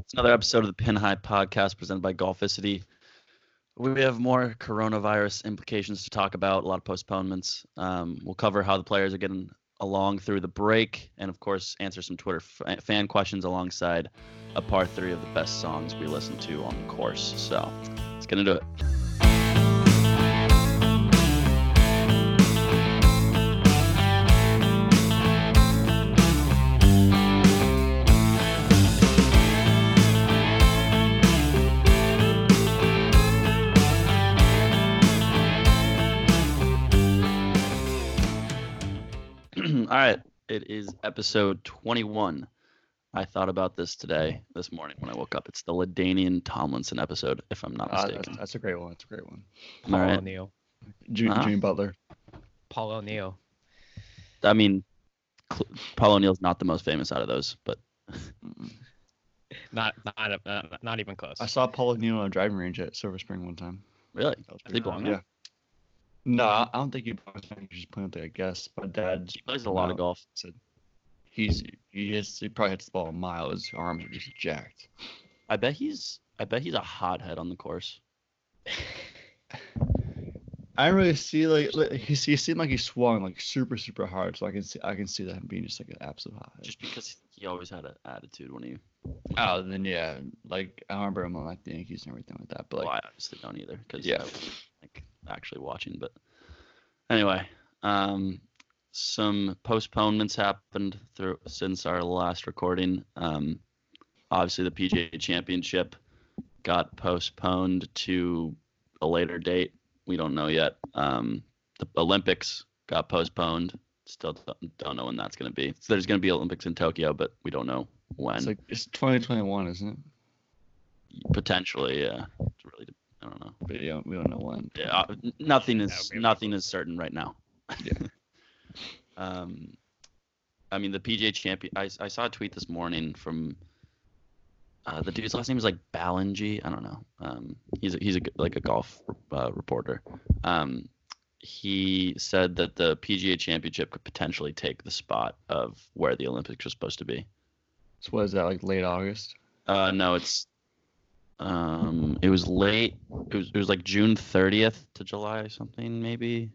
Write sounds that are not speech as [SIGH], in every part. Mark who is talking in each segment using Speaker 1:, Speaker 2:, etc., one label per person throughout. Speaker 1: It's another episode of the Pin High Podcast presented by Golficity. We have more coronavirus implications to talk about, a lot of postponements. Um, we'll cover how the players are getting along through the break, and of course, answer some Twitter f- fan questions alongside a part three of the best songs we listen to on the course. So let's get into it. All right. It [CLEARS THROAT] is episode 21. I thought about this today, this morning when I woke up. It's the Ladanian Tomlinson episode, if I'm not
Speaker 2: Ah, that's,
Speaker 1: mistaken.
Speaker 2: that's a great one. That's a great one.
Speaker 1: All
Speaker 3: Paul
Speaker 1: right.
Speaker 3: O'Neill.
Speaker 2: Ju-
Speaker 1: Uh-huh.
Speaker 2: Jimmy Butler.
Speaker 3: Paul O'Neill.
Speaker 1: I mean, Cl- Paul O'Neill's not the most famous out of those, but
Speaker 3: Not not uh, not even close.
Speaker 2: I saw Paul O'Neill on a driving range at Silver Spring one time.
Speaker 1: really,
Speaker 2: That
Speaker 1: Does
Speaker 2: was
Speaker 1: he
Speaker 2: pretty cool.
Speaker 1: belong there?
Speaker 2: Yeah. No, I I don't think he belongs there. He's just playing with it, I guess. My dad
Speaker 1: he plays a lot of golf.
Speaker 2: said he's he hits he probably hits the ball a mile. His arms are just jacked.
Speaker 1: I bet he's I bet he's a hothead on the course.
Speaker 2: I don't really see like, like he, he seemed like he swung like super super hard. So I can see I can see that being just like an absolute high.
Speaker 1: Just because he always had an attitude when he.
Speaker 2: oh, and then yeah, like I remember him on like the Yankees and everything like that. But
Speaker 1: well,
Speaker 2: like
Speaker 1: I obviously don't either because
Speaker 2: Yeah.
Speaker 1: I was like actually watching. But anyway, um, some postponements happened through since our last recording. Um, obviously, the PGA Championship got postponed to a later date. We don't know yet. Um, the Olympics got postponed. Still don't- don't know when that's going to be. So there's going to be Olympics in Tokyo, but we don't know when.
Speaker 2: it's like it's 2021, isn't it?
Speaker 1: Potentially, yeah. It's really, I don't know.
Speaker 2: But yeah, we don't know when.
Speaker 1: Yeah, uh, n- nothing
Speaker 3: That
Speaker 1: is
Speaker 3: would be
Speaker 1: nothing is certain right now.
Speaker 2: Yeah.
Speaker 1: [LAUGHS] um, I mean the PGA champion. I, I saw a tweet this morning from uh, the dude's last name is like Ballingy. I don't know. Um, he's a, he's a, g- like a golf uh, reporter. Um, he said that the PGA championship could potentially take the spot of where the Olympics was supposed to be.
Speaker 2: So what is that like late August?
Speaker 1: Uh, no, it's um, it was late. It was it was like June thirtieth to July something maybe.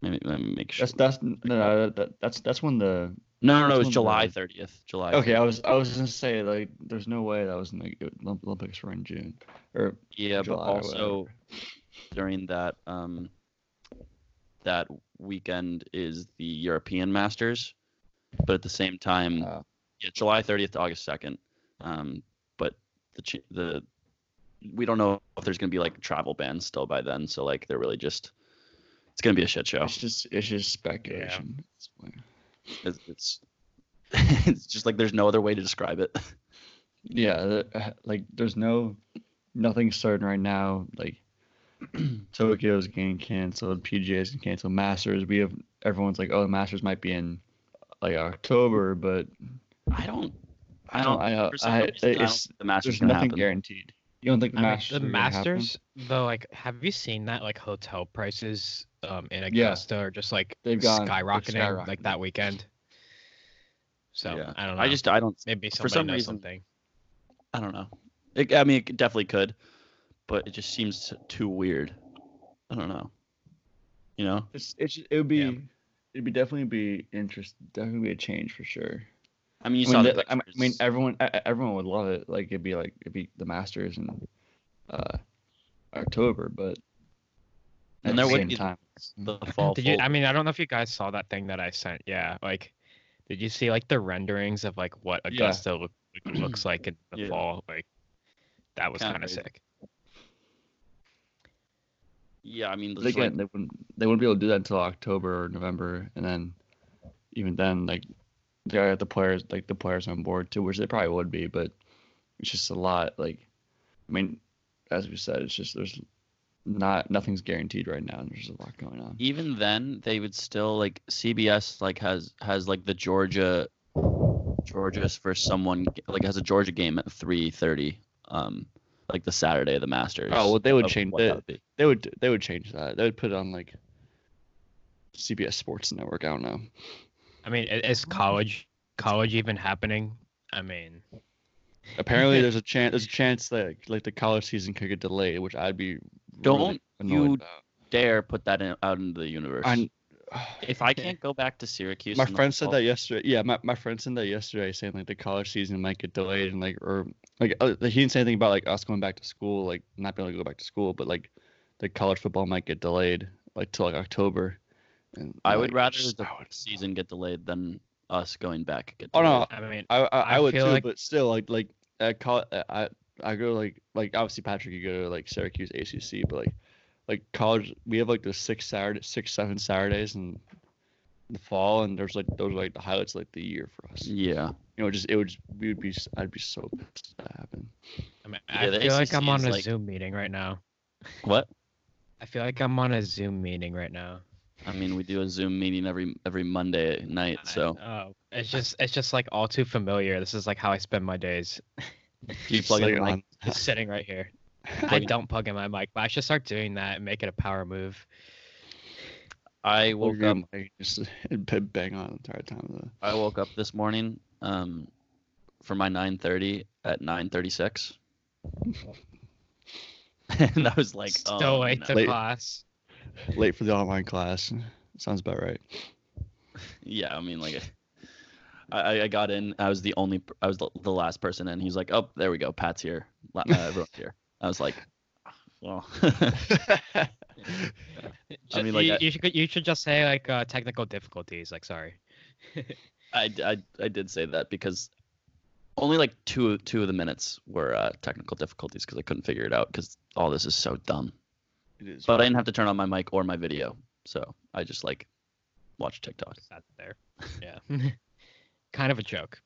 Speaker 1: Maybe let me make sure.
Speaker 2: That's that's no, no that, that's that's when the
Speaker 1: no, no, no.
Speaker 2: that's
Speaker 1: It was
Speaker 2: when
Speaker 1: July
Speaker 2: the-
Speaker 1: thirtieth. July.
Speaker 2: okay. I was I was gonna say like there's no way that was in the Olympics were in June or
Speaker 1: 30th. Yeah,
Speaker 2: July
Speaker 1: but
Speaker 2: or
Speaker 1: also
Speaker 2: whatever.
Speaker 1: during that um that weekend is the European Masters, but at the same time,
Speaker 2: Oh.
Speaker 1: yeah, July thirtieth to August second. Um, but the ch- the we don't know if there's gonna be like travel bans still by then, so like they're really just. It's gonna be a shit show.
Speaker 2: it's just it's just speculation. at this point.
Speaker 1: It's it's, [LAUGHS] it's just like there's no other way to describe it. [LAUGHS]
Speaker 2: Yeah, the- uh, like there's no nothing certain right now. Like [CLEARS THROAT] Tokyo's getting canceled, PGA's getting canceled, Masters. We have everyone's like, oh, the Masters might be in like October, but
Speaker 1: I don't.
Speaker 2: I don't. I, uh,
Speaker 1: for some
Speaker 2: I,
Speaker 1: reason, I don't
Speaker 2: it's,
Speaker 1: think the Masters
Speaker 2: there's
Speaker 1: gonna
Speaker 2: nothing
Speaker 1: happen.
Speaker 2: guaranteed. You don't think the
Speaker 3: I mean,
Speaker 2: Masters?
Speaker 3: the
Speaker 2: are gonna happen?
Speaker 3: Masters though, like, have you seen that like hotel prices um in
Speaker 2: Yeah.
Speaker 3: Augusta are just like
Speaker 2: They've gone- they've
Speaker 3: skyrocketing, like
Speaker 2: skyrocketed.
Speaker 3: that weekend? So
Speaker 1: Yeah.
Speaker 3: I don't know.
Speaker 1: I just I don't
Speaker 3: maybe
Speaker 1: for
Speaker 3: somebody
Speaker 1: some
Speaker 3: knows
Speaker 1: reason-
Speaker 3: something.
Speaker 1: I don't know. It, I mean, it definitely could, but it just seems too weird. I don't know. You know,
Speaker 2: It's it's it would be
Speaker 3: Yeah.
Speaker 2: it'd be definitely be interest definitely be a change for sure.
Speaker 1: I mean, you
Speaker 2: I
Speaker 1: saw
Speaker 2: mean,
Speaker 1: the
Speaker 2: the- I mean- I mean,
Speaker 1: pictures.
Speaker 2: everyone e- everyone would love it. Like it'd be like it'd be the Masters in uh, October, but
Speaker 1: And
Speaker 2: at
Speaker 1: there
Speaker 2: the
Speaker 1: would
Speaker 2: same
Speaker 1: be-
Speaker 2: time, [LAUGHS]
Speaker 3: [LAUGHS]
Speaker 1: the fall.
Speaker 3: Did you? I
Speaker 1: fold.
Speaker 3: mean, I don't know if you guys saw that thing that I sent. Yeah, like, did you see like the renderings of like what
Speaker 2: Yeah.
Speaker 3: Augusta look, like,
Speaker 1: [CLEARS THROAT]
Speaker 3: looks like in the
Speaker 1: Yeah.
Speaker 3: fall? Like, that was
Speaker 1: Kinda
Speaker 3: kind of
Speaker 1: crazy.
Speaker 3: sick.
Speaker 1: yeah, I mean,
Speaker 2: but
Speaker 1: there's, like,
Speaker 2: again, they wouldn't they wouldn't be able to do that until October or November, and then even then, like they got the players like the players on board too, which they probably would be, but it's just a lot. Like I mean, as we said, it's just there's not nothing's guaranteed right now. and There's a lot going on.
Speaker 1: even then they would still like CBS like has has like the Georgia Georgia for someone like has a Georgia game at 3:30 um like the Saturday of the Masters.
Speaker 2: Oh well, they would
Speaker 1: of
Speaker 2: change
Speaker 1: what
Speaker 2: it.
Speaker 1: would be.
Speaker 2: They would they would change that. They would put it on like CBS Sports Network. I don't know.
Speaker 3: I mean, i- is college college even happening? I mean,
Speaker 2: [LAUGHS] Apparently, there's a chance. There's a chance that like the college season could get delayed, which I'd be really
Speaker 1: Don't
Speaker 2: annoyed
Speaker 1: you
Speaker 2: about.
Speaker 1: dare put that in, out into the universe.
Speaker 2: I,
Speaker 1: if I
Speaker 2: [SIGHS]
Speaker 1: can't go back to Syracuse,
Speaker 2: my
Speaker 1: in the
Speaker 2: friend said
Speaker 1: fall-
Speaker 2: that yesterday. Yeah, my, my friend said that yesterday, saying like the college season might get delayed and like or like uh, he didn't say anything about like us going back to school, like not being able to go back to school, but like the college football might get delayed like till like October. And
Speaker 1: I
Speaker 2: I'm
Speaker 1: would
Speaker 2: like,
Speaker 1: rather
Speaker 2: just-
Speaker 1: the
Speaker 2: I would-
Speaker 1: season get delayed than us going back. Get
Speaker 2: Oh, no,
Speaker 1: delayed.
Speaker 3: I mean,
Speaker 2: I I, I
Speaker 3: I
Speaker 2: would too,
Speaker 3: feel like-
Speaker 2: but still like like at col- uh, I I go like like obviously Patrick, you go to like Syracuse ACC, but like like college, we have like the six Saturday, six seven Saturdays in the fall, and there's like those are like the highlights of, like the year for us. You
Speaker 1: Yeah.
Speaker 2: know, just it would just we would be s- I'd be so pissed that happened.
Speaker 3: I, mean,
Speaker 1: Yeah, the
Speaker 3: I feel like
Speaker 1: ACC
Speaker 3: I'm on
Speaker 1: is
Speaker 3: a
Speaker 1: like-
Speaker 3: Zoom meeting right now.
Speaker 1: What?
Speaker 3: I feel like I'm on a Zoom meeting right now.
Speaker 1: I mean, we do a Zoom meeting every every Monday night, so
Speaker 3: oh, it's just it's just like all too familiar. This is like how I spend my days, [LAUGHS]
Speaker 1: do you
Speaker 2: Just,
Speaker 1: plug
Speaker 2: like,
Speaker 1: in like,
Speaker 3: just sitting
Speaker 1: [LAUGHS]
Speaker 3: right here.
Speaker 2: on-
Speaker 3: I don't plug in my mic, but I should start doing that and make it a power move.
Speaker 1: I
Speaker 2: woke
Speaker 1: woke up
Speaker 2: like, just [LAUGHS] and bang on the entire time. Of the,
Speaker 1: I woke up this morning um for my 9:30 at 9:36. [LAUGHS] and I was like,
Speaker 3: Still
Speaker 1: oh,
Speaker 3: late
Speaker 1: no.
Speaker 3: to
Speaker 2: Late.
Speaker 3: class.
Speaker 2: late for the online class. Sounds about right.
Speaker 1: yeah, I mean like I, I- I got in. I was the only. I was the, the last person in. He's like, "Oh, there we go. Pat's here. La- Uh, everyone's here." I was like, "Well, [LAUGHS]
Speaker 3: Ju-
Speaker 1: mean, like,
Speaker 3: you,
Speaker 1: I-
Speaker 3: you should you should just say like uh, technical difficulties. Like sorry.
Speaker 1: I, I, I did say that because only like two two of the minutes were uh, technical difficulties because I couldn't figure it out because all this is so dumb.
Speaker 2: It is.
Speaker 1: But I didn't have to turn on my mic or my video, so I just like watched TikTok. [CLEARS THROAT]
Speaker 3: Just out
Speaker 1: [LAUGHS]
Speaker 3: there. Yeah. [LAUGHS] kind of a joke.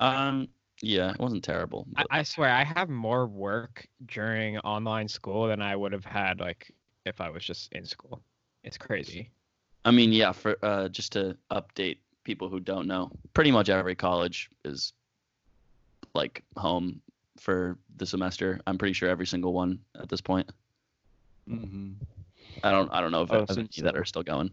Speaker 1: um, yeah, it wasn't terrible.
Speaker 3: I,
Speaker 1: but-
Speaker 3: I swear I have more work during online school than I would have had like if I was just in school. It's crazy.
Speaker 1: I mean, yeah, for uh, just to update people who don't know, pretty much every college is like home for the semester. I'm pretty sure every single one at this point.
Speaker 2: hmm
Speaker 1: I don't I don't know if
Speaker 2: Oh,
Speaker 1: if any
Speaker 2: since-
Speaker 1: that are still going.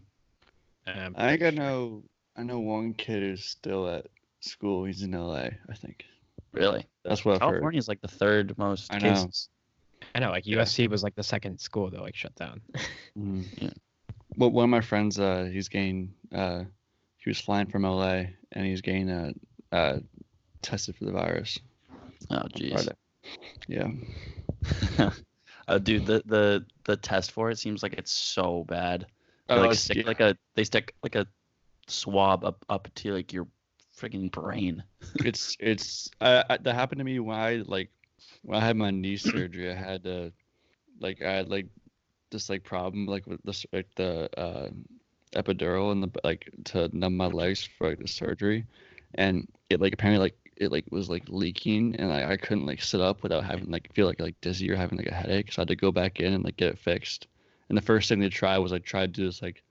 Speaker 3: Um,
Speaker 2: I think I know. I know one kid who's still at school. He's in LA. I think
Speaker 1: Really,
Speaker 2: that's what I've heard.
Speaker 1: California is like the third most
Speaker 2: I know.
Speaker 1: cases.
Speaker 3: I know like USC was like the second school that like shut down.
Speaker 2: Mm,
Speaker 1: Yeah.
Speaker 2: Well, one of my friends, uh, he's getting. Uh, he was flying from LA, and he's getting uh, uh, tested for the virus.
Speaker 1: Oh,
Speaker 2: on
Speaker 1: jeez.
Speaker 2: Friday. Yeah.
Speaker 1: [LAUGHS] uh, dude, the, the the test for it seems like it's so bad. They like
Speaker 2: Oh, it's-
Speaker 1: stick
Speaker 2: yeah.
Speaker 1: like a they stick like a swab up up to like your freaking brain.
Speaker 2: [LAUGHS] it's it's I, I, that happened to me when I like when I had my knee surgery. I had to like I had like this like problem like with this like the uh, epidural and the like to numb my legs for like the surgery, and it like apparently like it like was like leaking and I, I couldn't like sit up without having like feel like like dizzy or having like a headache. So I had to go back in and like get it fixed. And the first thing they tried was like try to do this like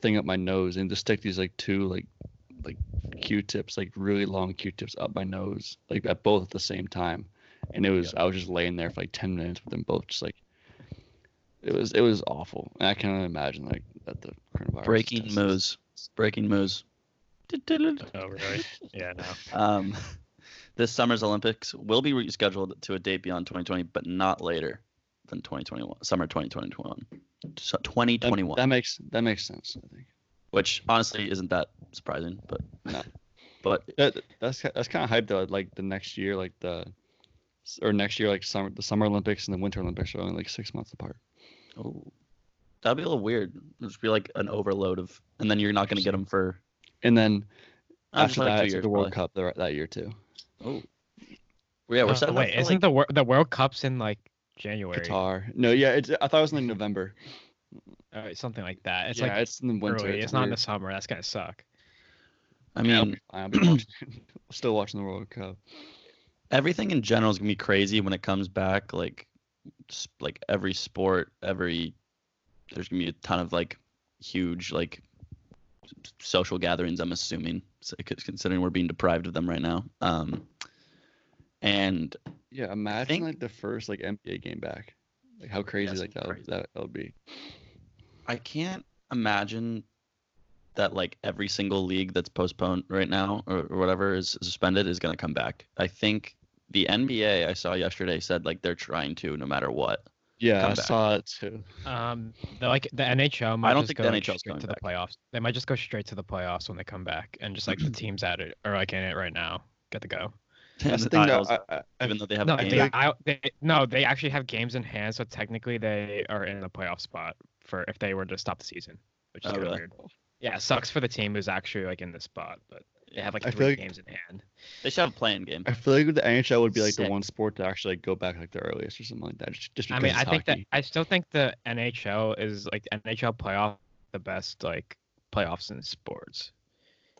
Speaker 2: thing up my nose and just stick these like two like Q-tips, like really long Q-tips up my nose, like at both at the same time. And it was I was just laying there for like ten minutes with them both, just like it was it was awful. And I can only imagine like that the coronavirus.
Speaker 1: Breaking
Speaker 2: test is-
Speaker 1: moves. Breaking
Speaker 2: [LAUGHS]
Speaker 1: moves.
Speaker 3: [LAUGHS] oh really? Yeah, no.
Speaker 1: Um, this summer's Olympics will be rescheduled to a date beyond 2020, but not later than 2021, summer 2021. So
Speaker 2: That,
Speaker 1: 2021,
Speaker 2: that makes that makes sense. I think
Speaker 1: which honestly isn't that surprising, but
Speaker 2: [LAUGHS] No.
Speaker 1: but
Speaker 2: that that's ki- that's kind of hype though. Like the next year, like the or next year, like summer the Summer Olympics and the Winter Olympics are only like six months apart.
Speaker 1: oh, that'd be a little weird. It'd just be like an overload of, and then you're not gonna get them for
Speaker 2: And then
Speaker 1: uh, just
Speaker 2: after
Speaker 1: like
Speaker 2: that,
Speaker 1: two
Speaker 2: it's
Speaker 1: years,
Speaker 2: the World
Speaker 1: probably.
Speaker 2: Cup the, that year too.
Speaker 1: Oh, Well, [LAUGHS] yeah, we're
Speaker 3: Uh,
Speaker 1: setting up
Speaker 3: wait,
Speaker 1: for,
Speaker 3: isn't
Speaker 1: like,
Speaker 3: the wor- the World Cup's in like January?
Speaker 2: Qatar. No, yeah, it's, I thought it was in like, November.
Speaker 3: Uh, something like that. It's
Speaker 2: yeah,
Speaker 3: like
Speaker 2: it's in the winter.
Speaker 3: early. It's, not in
Speaker 2: weird.
Speaker 3: the summer. That's gonna suck.
Speaker 1: I
Speaker 2: Yeah, I'll
Speaker 1: mean,
Speaker 2: be fine. I'll be watching- [LAUGHS] still watching the World Cup.
Speaker 1: everything in general is gonna be crazy when it comes back. Like, s- like every sport, every there's gonna be a ton of like huge like s- social gatherings. I'm assuming, so- c- considering we're being deprived of them right now. Um, and
Speaker 2: Yeah, imagine
Speaker 1: think-
Speaker 2: like the first like NBA game back. Like how crazy
Speaker 1: Yes,
Speaker 2: like that, would
Speaker 1: crazy.
Speaker 2: that that would be.
Speaker 1: I can't imagine that like every single league that's postponed right now or, or whatever is suspended is going to come back. I think the NBA I saw yesterday said like they're trying to no matter what.
Speaker 2: Yeah,
Speaker 1: Come
Speaker 2: I
Speaker 1: back.
Speaker 2: saw it too.
Speaker 3: Um, the, like the NHL might
Speaker 1: I don't
Speaker 3: just
Speaker 1: think
Speaker 3: go
Speaker 1: the
Speaker 3: like,
Speaker 1: NHL 's
Speaker 3: straight
Speaker 1: coming
Speaker 3: to the
Speaker 1: back.
Speaker 3: playoffs. They might just go straight to the playoffs when they come back, and just
Speaker 1: [CLEARS THROAT]
Speaker 3: like the teams at it or like in it right now get to go.
Speaker 2: That's the
Speaker 1: And
Speaker 2: thing though.
Speaker 1: Isles,
Speaker 2: I, I, I,
Speaker 1: even though they have
Speaker 3: No,
Speaker 1: no,
Speaker 3: they, I, they, no, they actually have games in hand, so technically they are in the playoff spot for if they were to stop the season, which is
Speaker 1: Oh,
Speaker 3: kind of
Speaker 1: really?
Speaker 3: weird. Yeah, it sucks for the team who's actually like in the spot, but they have like
Speaker 2: I feel
Speaker 3: three
Speaker 2: like-
Speaker 3: games in hand.
Speaker 1: they should have a playing game.
Speaker 2: I feel like the NHL would be like the
Speaker 1: Sick.
Speaker 2: one sport to actually like, go back like the earliest or something like that. Just, just
Speaker 3: I
Speaker 2: because
Speaker 3: mean,
Speaker 2: it's
Speaker 3: I think that
Speaker 2: hockey.
Speaker 3: I still think the NHL is like the NHL playoff the best like playoffs in sports,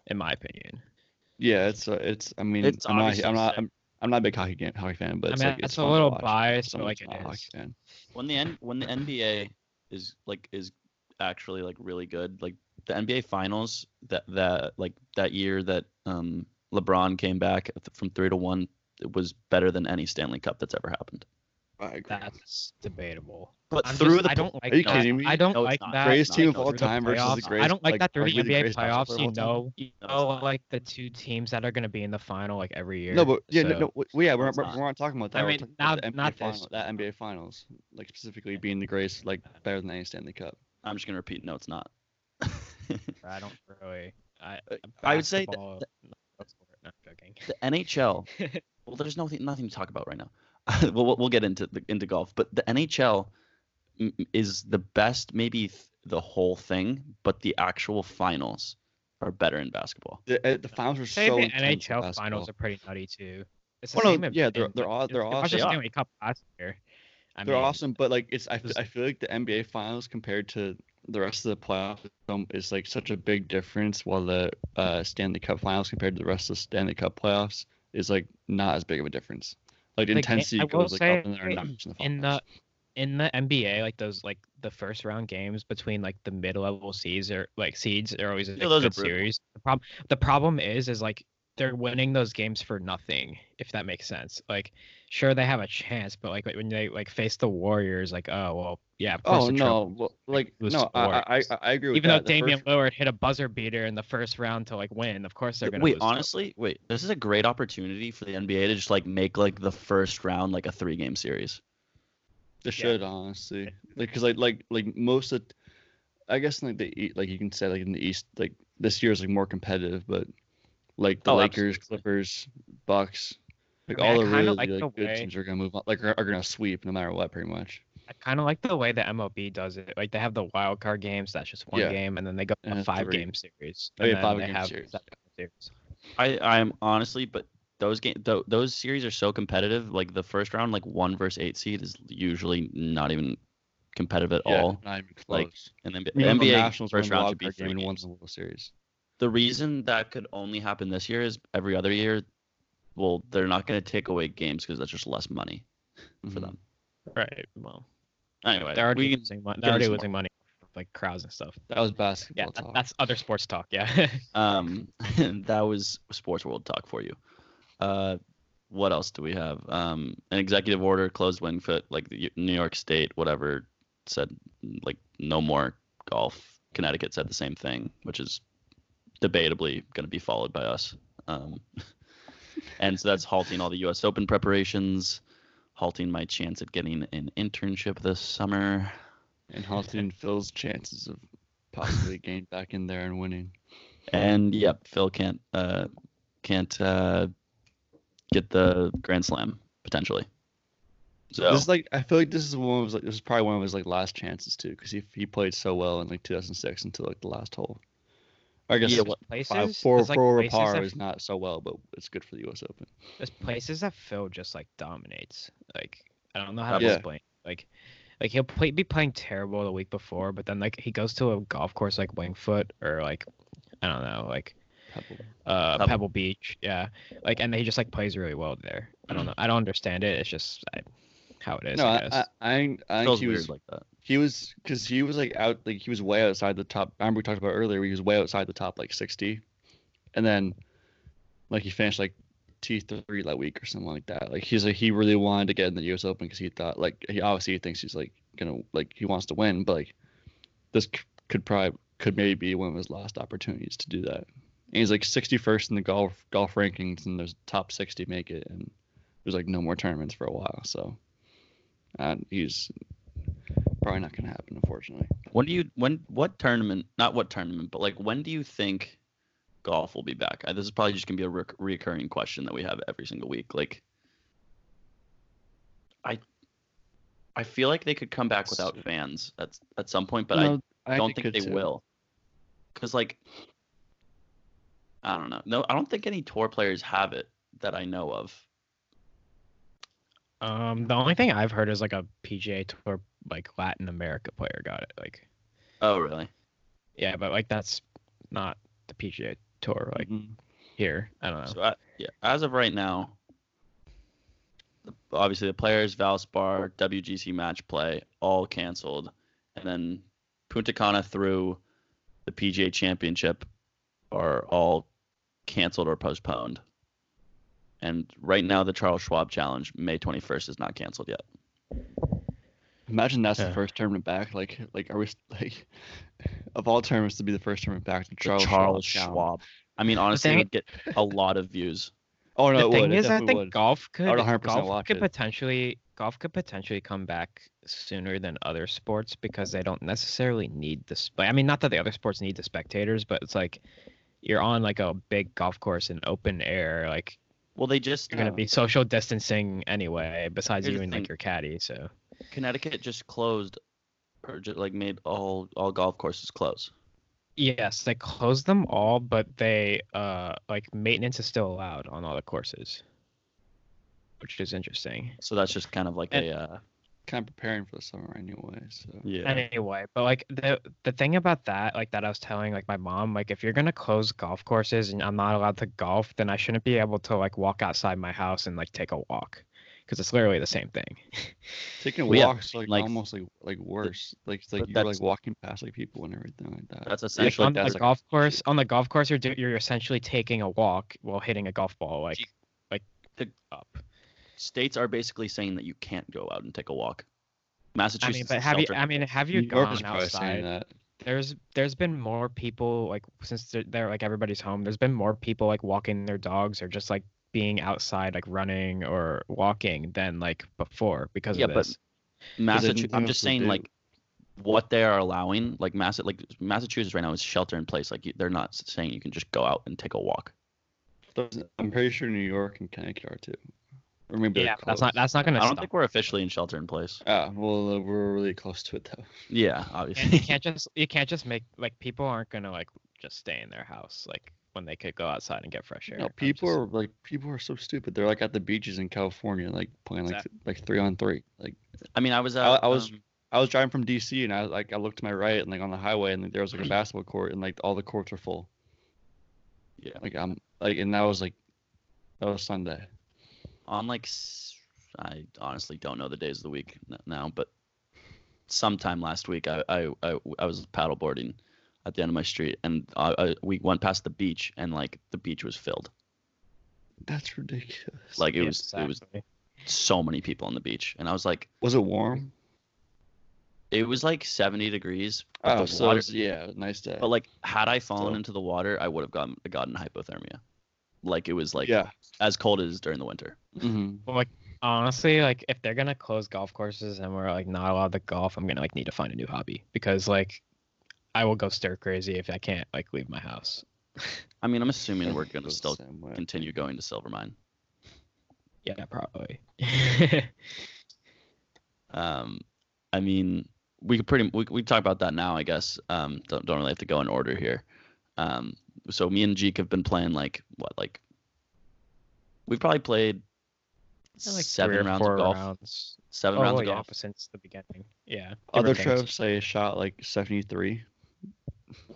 Speaker 3: in my opinion.
Speaker 2: Yeah, it's uh, it's. I mean,
Speaker 1: It's
Speaker 2: I'm not.
Speaker 1: obviously
Speaker 2: I'm not.
Speaker 1: sick.
Speaker 2: I'm, I'm not a big hockey game, hockey fan, but
Speaker 3: I
Speaker 2: it's
Speaker 3: mean,
Speaker 2: like it's
Speaker 3: that's a
Speaker 2: fun to
Speaker 3: little
Speaker 2: watch.
Speaker 3: biased, but
Speaker 2: Someone's
Speaker 3: like it
Speaker 2: not a hockey
Speaker 3: is.
Speaker 2: fan.
Speaker 1: When the N- when the NBA is like is actually like really good, like the NBA finals that that like that year that um LeBron came back from 3 to 1 it was better than any Stanley Cup that's ever happened.
Speaker 2: I agree.
Speaker 3: That's debatable.
Speaker 1: But
Speaker 3: I'm
Speaker 1: through
Speaker 3: just-
Speaker 1: the
Speaker 3: I don't like
Speaker 2: Are you
Speaker 3: that.
Speaker 2: kidding me?
Speaker 3: I don't
Speaker 1: No, it's
Speaker 3: like
Speaker 1: not.
Speaker 3: that.
Speaker 2: Greatest team of
Speaker 1: Michael,
Speaker 2: all
Speaker 3: through the
Speaker 2: time versus the
Speaker 3: playoffs.
Speaker 2: greatest.
Speaker 3: I don't like, that through the
Speaker 2: arguably
Speaker 3: NBA
Speaker 2: greatest basketball
Speaker 3: playoffs.
Speaker 2: player of
Speaker 3: You
Speaker 2: all time.
Speaker 3: know, you
Speaker 1: No, it's
Speaker 3: know,
Speaker 1: not.
Speaker 3: Oh, like the two teams that are going to be in the final like every year.
Speaker 2: No, but yeah,
Speaker 3: so-
Speaker 2: no, no, well, yeah, we're
Speaker 1: it's
Speaker 2: not, we're
Speaker 1: not.
Speaker 2: we're not talking about that.
Speaker 3: I
Speaker 2: We're
Speaker 3: mean,
Speaker 2: talking
Speaker 3: not-
Speaker 2: about the NBA
Speaker 3: not
Speaker 2: finals,
Speaker 3: this.
Speaker 2: that NBA Finals, like specifically being the greatest, like better than any Stanley Cup.
Speaker 1: I'm just going to repeat no it's not.
Speaker 3: I don't really.
Speaker 2: Uh,
Speaker 3: I,
Speaker 1: I would say that-
Speaker 3: basketball- No, I'm joking.
Speaker 1: the
Speaker 3: [LAUGHS]
Speaker 1: NHL. well, there's nothing nothing to talk about right now. [LAUGHS] we'll, we'll- we'll get into the, into golf, but the NHL m- m- is the best, maybe th- the whole thing, but the actual finals are better in basketball.
Speaker 2: The, uh, the finals were
Speaker 3: Say
Speaker 2: so
Speaker 3: the
Speaker 2: intense in
Speaker 3: NHL finals
Speaker 2: basketball.
Speaker 3: are pretty nutty too. It's
Speaker 2: Well, no,
Speaker 3: as-
Speaker 2: yeah, they're-
Speaker 3: in-
Speaker 2: they're aw- they're
Speaker 3: if you watch the
Speaker 1: awesome.
Speaker 3: Stanley Cup last year. I
Speaker 2: They're
Speaker 3: mean,
Speaker 2: awesome, but like it's I, f-
Speaker 3: Just-
Speaker 2: I feel like the NBA finals compared to the rest of the playoffs um, is like such a big difference. While the uh, Stanley Cup finals compared to the rest of the Stanley Cup playoffs is like not as big of a difference. Like the
Speaker 3: Like, I-
Speaker 2: intensity
Speaker 3: I will
Speaker 2: goes like up
Speaker 3: say
Speaker 2: and there and notch in the
Speaker 3: in
Speaker 2: finals.
Speaker 3: the in the NBA, like those like the first round games between like the mid level seeds or like seeds are always a
Speaker 1: Yeah, those are
Speaker 3: good
Speaker 1: brutal.
Speaker 3: series. The problem the problem is is like they're winning those games for nothing, if that makes sense. Like sure they have a chance, but like when they like face the Warriors, like oh well yeah, of course
Speaker 2: Oh
Speaker 3: the Trail-
Speaker 2: no! Well, like
Speaker 3: lose
Speaker 2: no,
Speaker 3: to the
Speaker 2: I, I I
Speaker 3: Warriors.
Speaker 2: I agree with
Speaker 3: Even
Speaker 2: that.
Speaker 3: though
Speaker 2: The
Speaker 3: Damian
Speaker 2: first-
Speaker 3: Lillard hit a buzzer beater in the first round to like win, of course they're gonna
Speaker 1: Wait,
Speaker 3: lose to them.
Speaker 1: honestly, wait, this is a great opportunity for the NBA to just like make like the first round like a three game series.
Speaker 2: They should honestly, like, cause like like like most of, I guess like the E- like you can say like in the East like this year is like more competitive, but like the
Speaker 1: Oh,
Speaker 2: Lakers,
Speaker 1: absolutely.
Speaker 2: Clippers, Bucks, like
Speaker 3: mean, I
Speaker 2: all the
Speaker 3: kinda
Speaker 2: really
Speaker 3: like
Speaker 2: like,
Speaker 3: the
Speaker 2: good
Speaker 3: way-
Speaker 2: teams are gonna move on, like are, are gonna sweep no matter what, pretty much.
Speaker 3: I kind of like the way the MLB does it. Like they have the wild card games, that's just one
Speaker 2: Yeah.
Speaker 3: game, and then they go to
Speaker 2: And
Speaker 3: a
Speaker 2: it's three.
Speaker 3: five game series.
Speaker 2: Oh,
Speaker 3: and
Speaker 2: yeah,
Speaker 3: then
Speaker 2: five-game
Speaker 3: they have
Speaker 2: series.
Speaker 3: seven series.
Speaker 1: I I'm honestly, but those game th- those series are so competitive. Like the first round, like one versus eight seed is usually not even competitive at
Speaker 2: Yeah,
Speaker 1: all.
Speaker 2: not even close.
Speaker 1: like, And the
Speaker 2: Even though
Speaker 1: NBA
Speaker 2: Nationals
Speaker 1: first
Speaker 2: won
Speaker 1: round
Speaker 2: wild
Speaker 1: should be
Speaker 2: card
Speaker 1: three
Speaker 2: game and
Speaker 1: games.
Speaker 2: wins the World Series.
Speaker 1: the reason that could only happen this year is every other year, well, they're not going to take away games because that's just less money for
Speaker 2: Mhm.
Speaker 1: them.
Speaker 3: Right. Well,
Speaker 1: Anyway,
Speaker 3: they're already
Speaker 1: we can,
Speaker 3: losing money.
Speaker 1: get
Speaker 3: They're already
Speaker 1: into more.
Speaker 3: losing money, like crowds and stuff.
Speaker 2: That was
Speaker 3: Yeah,
Speaker 2: basketball
Speaker 3: that-
Speaker 2: talk.
Speaker 3: that's other sports talk.
Speaker 2: [LAUGHS]
Speaker 3: Yeah.
Speaker 1: um, [LAUGHS] that was sports world talk for you. Uh, what else do we have? Um, an executive order closed Wingfoot, like the U- New York State, whatever, said like no more golf. Connecticut said the same thing, which is debatably going to be followed by us. Um, [LAUGHS] and so that's halting all the U.S. Open preparations, halting my chance at getting an internship this summer.
Speaker 2: And halting Phil's chances of possibly getting back in there and winning.
Speaker 1: And yep, Phil can't uh, can't uh, get the Grand Slam potentially. So
Speaker 2: This is like I feel like this is one of his, like this is probably one of his like last chances too because he he played so well in like 2006 until like the last hole. I guess
Speaker 1: Yeah,
Speaker 2: yeah,
Speaker 1: what-
Speaker 3: places.
Speaker 2: five, four
Speaker 3: there's, like,
Speaker 2: four over
Speaker 3: places
Speaker 2: par
Speaker 3: that-
Speaker 2: is not so well, but it's good for the U.S. Open.
Speaker 3: there's places that Phil just like dominates. Like I don't know how to
Speaker 2: Yeah.
Speaker 3: explain. Like like he'll play, be playing terrible the week before, but then like he goes to a golf course like Wingfoot or like I don't know like
Speaker 2: Pebble.
Speaker 3: uh
Speaker 1: Pebble.
Speaker 3: Pebble, Beach, yeah. Like and he just like plays really well there. I don't know. I don't understand it. It's just I, how it is.
Speaker 2: No,
Speaker 3: I
Speaker 2: I
Speaker 3: guess.
Speaker 2: I, I, I think
Speaker 1: Phil's
Speaker 2: he
Speaker 1: weird
Speaker 2: was
Speaker 1: like that.
Speaker 2: he was because he was like out like he was way outside the top. I remember we talked about earlier. He was way outside the top like 60, and then like he finished like T three that week or something like that. Like he's like he really wanted to get in the U.S. Open because he thought like he obviously thinks he's like gonna like he wants to win, but like this c- could probably could maybe be one of his last opportunities to do that. And he's like 61st in the golf golf rankings, and there's top 60 make it, and there's like no more tournaments for a while. So uh, he's probably not going to happen, unfortunately.
Speaker 1: When do you when what tournament? Not what tournament, but like when do you think golf will be back? I, this is probably just gonna be a re- recurring question that we have every single week. Like, I I feel like they could come back without fans at at some point, but
Speaker 2: No,
Speaker 1: I don't
Speaker 2: it
Speaker 1: think they
Speaker 2: could too.
Speaker 1: will. Because like, I don't know. No, I don't think any tour players have it that I know of.
Speaker 3: Um, the only thing I've heard is like a PGA Tour like Latin America player got it. Like,
Speaker 1: Oh, really?
Speaker 3: yeah, but like that's not the PGA Tour like
Speaker 2: Mhm.
Speaker 3: here. I don't know.
Speaker 1: So I, yeah, as of right now, the- obviously the players Valspar, WGC match play all canceled, and then Punta Cana through the PGA Championship are all canceled or postponed. And right now, the Charles Schwab Challenge, May 21st, is not canceled yet.
Speaker 2: Imagine that's
Speaker 3: Yeah.
Speaker 2: the first tournament back. Like, like are we [LAUGHS] like of all tournaments to be the first tournament back? The
Speaker 1: The
Speaker 2: Charles,
Speaker 1: Charles
Speaker 2: Schwab.
Speaker 1: Schwab. I mean, honestly, it
Speaker 3: thing-
Speaker 1: would get a lot of views.
Speaker 2: Oh
Speaker 3: the
Speaker 2: no, it
Speaker 3: thing
Speaker 2: would.
Speaker 3: is,
Speaker 2: it
Speaker 3: I
Speaker 2: definitely
Speaker 3: think
Speaker 2: would.
Speaker 3: golf
Speaker 2: would
Speaker 3: could
Speaker 2: 100%
Speaker 3: golf
Speaker 2: watch
Speaker 3: could
Speaker 2: it.
Speaker 3: potentially golf could potentially come back sooner than other sports because they don't necessarily need the sp- I mean, not that the other sports need the spectators, but it's like you're on like a big golf course in open air, like
Speaker 1: Well, they just uh,
Speaker 3: you're gonna be social distancing anyway. Besides
Speaker 1: Here's
Speaker 3: you
Speaker 1: the
Speaker 3: and
Speaker 1: thing.
Speaker 3: like your caddy, so
Speaker 1: Connecticut just closed, or just, like made all all golf courses close.
Speaker 3: yes, they closed them all, but they uh like maintenance is still allowed on all the courses, which is interesting.
Speaker 1: So that's just kind of like
Speaker 3: And-
Speaker 1: a uh,
Speaker 2: kind of preparing for the summer anyway. So
Speaker 1: yeah.
Speaker 3: anyway but like the the thing about that like that i was telling like my mom like if you're gonna close golf courses and i'm not allowed to golf then i shouldn't be able to like walk outside my house and like take a walk because it's literally the same thing
Speaker 2: taking
Speaker 1: Well, yeah,
Speaker 2: walks like,
Speaker 1: like-
Speaker 2: almost like like worse. Like it's like
Speaker 1: but
Speaker 2: you're
Speaker 1: that's-
Speaker 2: like walking past like people and everything like that.
Speaker 1: that's
Speaker 3: like,
Speaker 1: essentially
Speaker 3: on the
Speaker 2: that's, like,
Speaker 3: golf course on the golf course you're do- you're essentially taking a walk while hitting a golf ball like
Speaker 1: Gee.
Speaker 3: like
Speaker 1: The-
Speaker 3: up
Speaker 1: states are basically saying that you can't go out and take a walk.
Speaker 3: i mean
Speaker 1: Massachusetts.
Speaker 3: but
Speaker 1: is
Speaker 3: have you
Speaker 1: sheltering-
Speaker 3: i mean have you
Speaker 2: New York is
Speaker 3: gone
Speaker 2: probably saying
Speaker 3: outside
Speaker 2: that.
Speaker 3: there's there's been more people like since they're, they're like everybody's home there's been more people like walking their dogs or just like being outside like running or walking than like before because
Speaker 1: Yeah,
Speaker 3: of
Speaker 1: but
Speaker 3: this
Speaker 1: Massachusetts. I'm
Speaker 2: else
Speaker 1: just
Speaker 2: to
Speaker 1: saying
Speaker 2: do.
Speaker 1: like what they are allowing, like Mass, like Massachusetts right now is shelter in place. Like you, they're not s- saying you can just go out and take a walk.
Speaker 2: Those- I'm pretty sure New York and Connecticut are too. Or maybe they're
Speaker 3: yeah that's not
Speaker 2: close.
Speaker 3: that's not gonna
Speaker 1: I don't
Speaker 3: stop
Speaker 1: think we're officially in shelter in place.
Speaker 2: Ah, well, uh, we're really close to it though.
Speaker 1: Yeah,
Speaker 3: and
Speaker 1: [LAUGHS]
Speaker 3: you
Speaker 1: obviously.
Speaker 3: can't just you can't just make like people aren't gonna like just stay in their house like when they could go outside and get fresh air
Speaker 2: No,
Speaker 3: I'm
Speaker 2: people
Speaker 3: just-
Speaker 2: are like people are so stupid. They're like at the beaches in California, like playing like
Speaker 3: Exactly.
Speaker 2: like three on three. Like
Speaker 1: I mean, I was. At,
Speaker 2: I- I was-
Speaker 1: um,
Speaker 2: I was driving from DC and I like I looked to my right and like on the highway and like, there was like a basketball court and like all the courts were full.
Speaker 1: yeah,
Speaker 2: Like I'm like and that was like that was Sunday.
Speaker 1: on like. s- I honestly don't know the days of the week n- now, but sometime last week I I, I, I was paddleboarding at the end of my street and I, I, we went past the beach and like the beach was filled
Speaker 2: That's ridiculous.
Speaker 1: like it
Speaker 3: Yeah,
Speaker 1: was it was
Speaker 3: exactly.
Speaker 1: so many people on the beach and I was like
Speaker 2: was it warm?
Speaker 1: it was like 70 degrees but,
Speaker 2: Oh,
Speaker 1: the
Speaker 2: so it
Speaker 1: water-
Speaker 2: was- yeah, nice day.
Speaker 1: but like had I fallen
Speaker 2: So-
Speaker 1: into the water I would have gotten gotten hypothermia like it was like
Speaker 2: yeah,
Speaker 1: as cold as during the winter
Speaker 2: hmm
Speaker 3: Well, like honestly, like if they're gonna close golf courses and we're like not allowed to golf, I'm gonna like need to find a new hobby because like I will go stir crazy if I can't like leave my house.
Speaker 1: I mean I'm assuming we're gonna
Speaker 2: Feels Mm-hmm. the
Speaker 1: still
Speaker 2: same way.
Speaker 1: continue going to Silvermine
Speaker 3: Yeah, probably.
Speaker 1: Um, I mean, we could pretty we we can talk about that now, I guess. Um, don't don't really have to go in order here. Um, so me and Jeek have been playing like what like we've probably played seven rounds of golf,
Speaker 3: rounds.
Speaker 1: seven
Speaker 3: Oh,
Speaker 1: rounds
Speaker 3: well,
Speaker 1: of
Speaker 3: yeah,
Speaker 1: golf.
Speaker 3: since the beginning. Yeah.
Speaker 2: Other
Speaker 3: different things.
Speaker 2: trips, I shot like seventy three.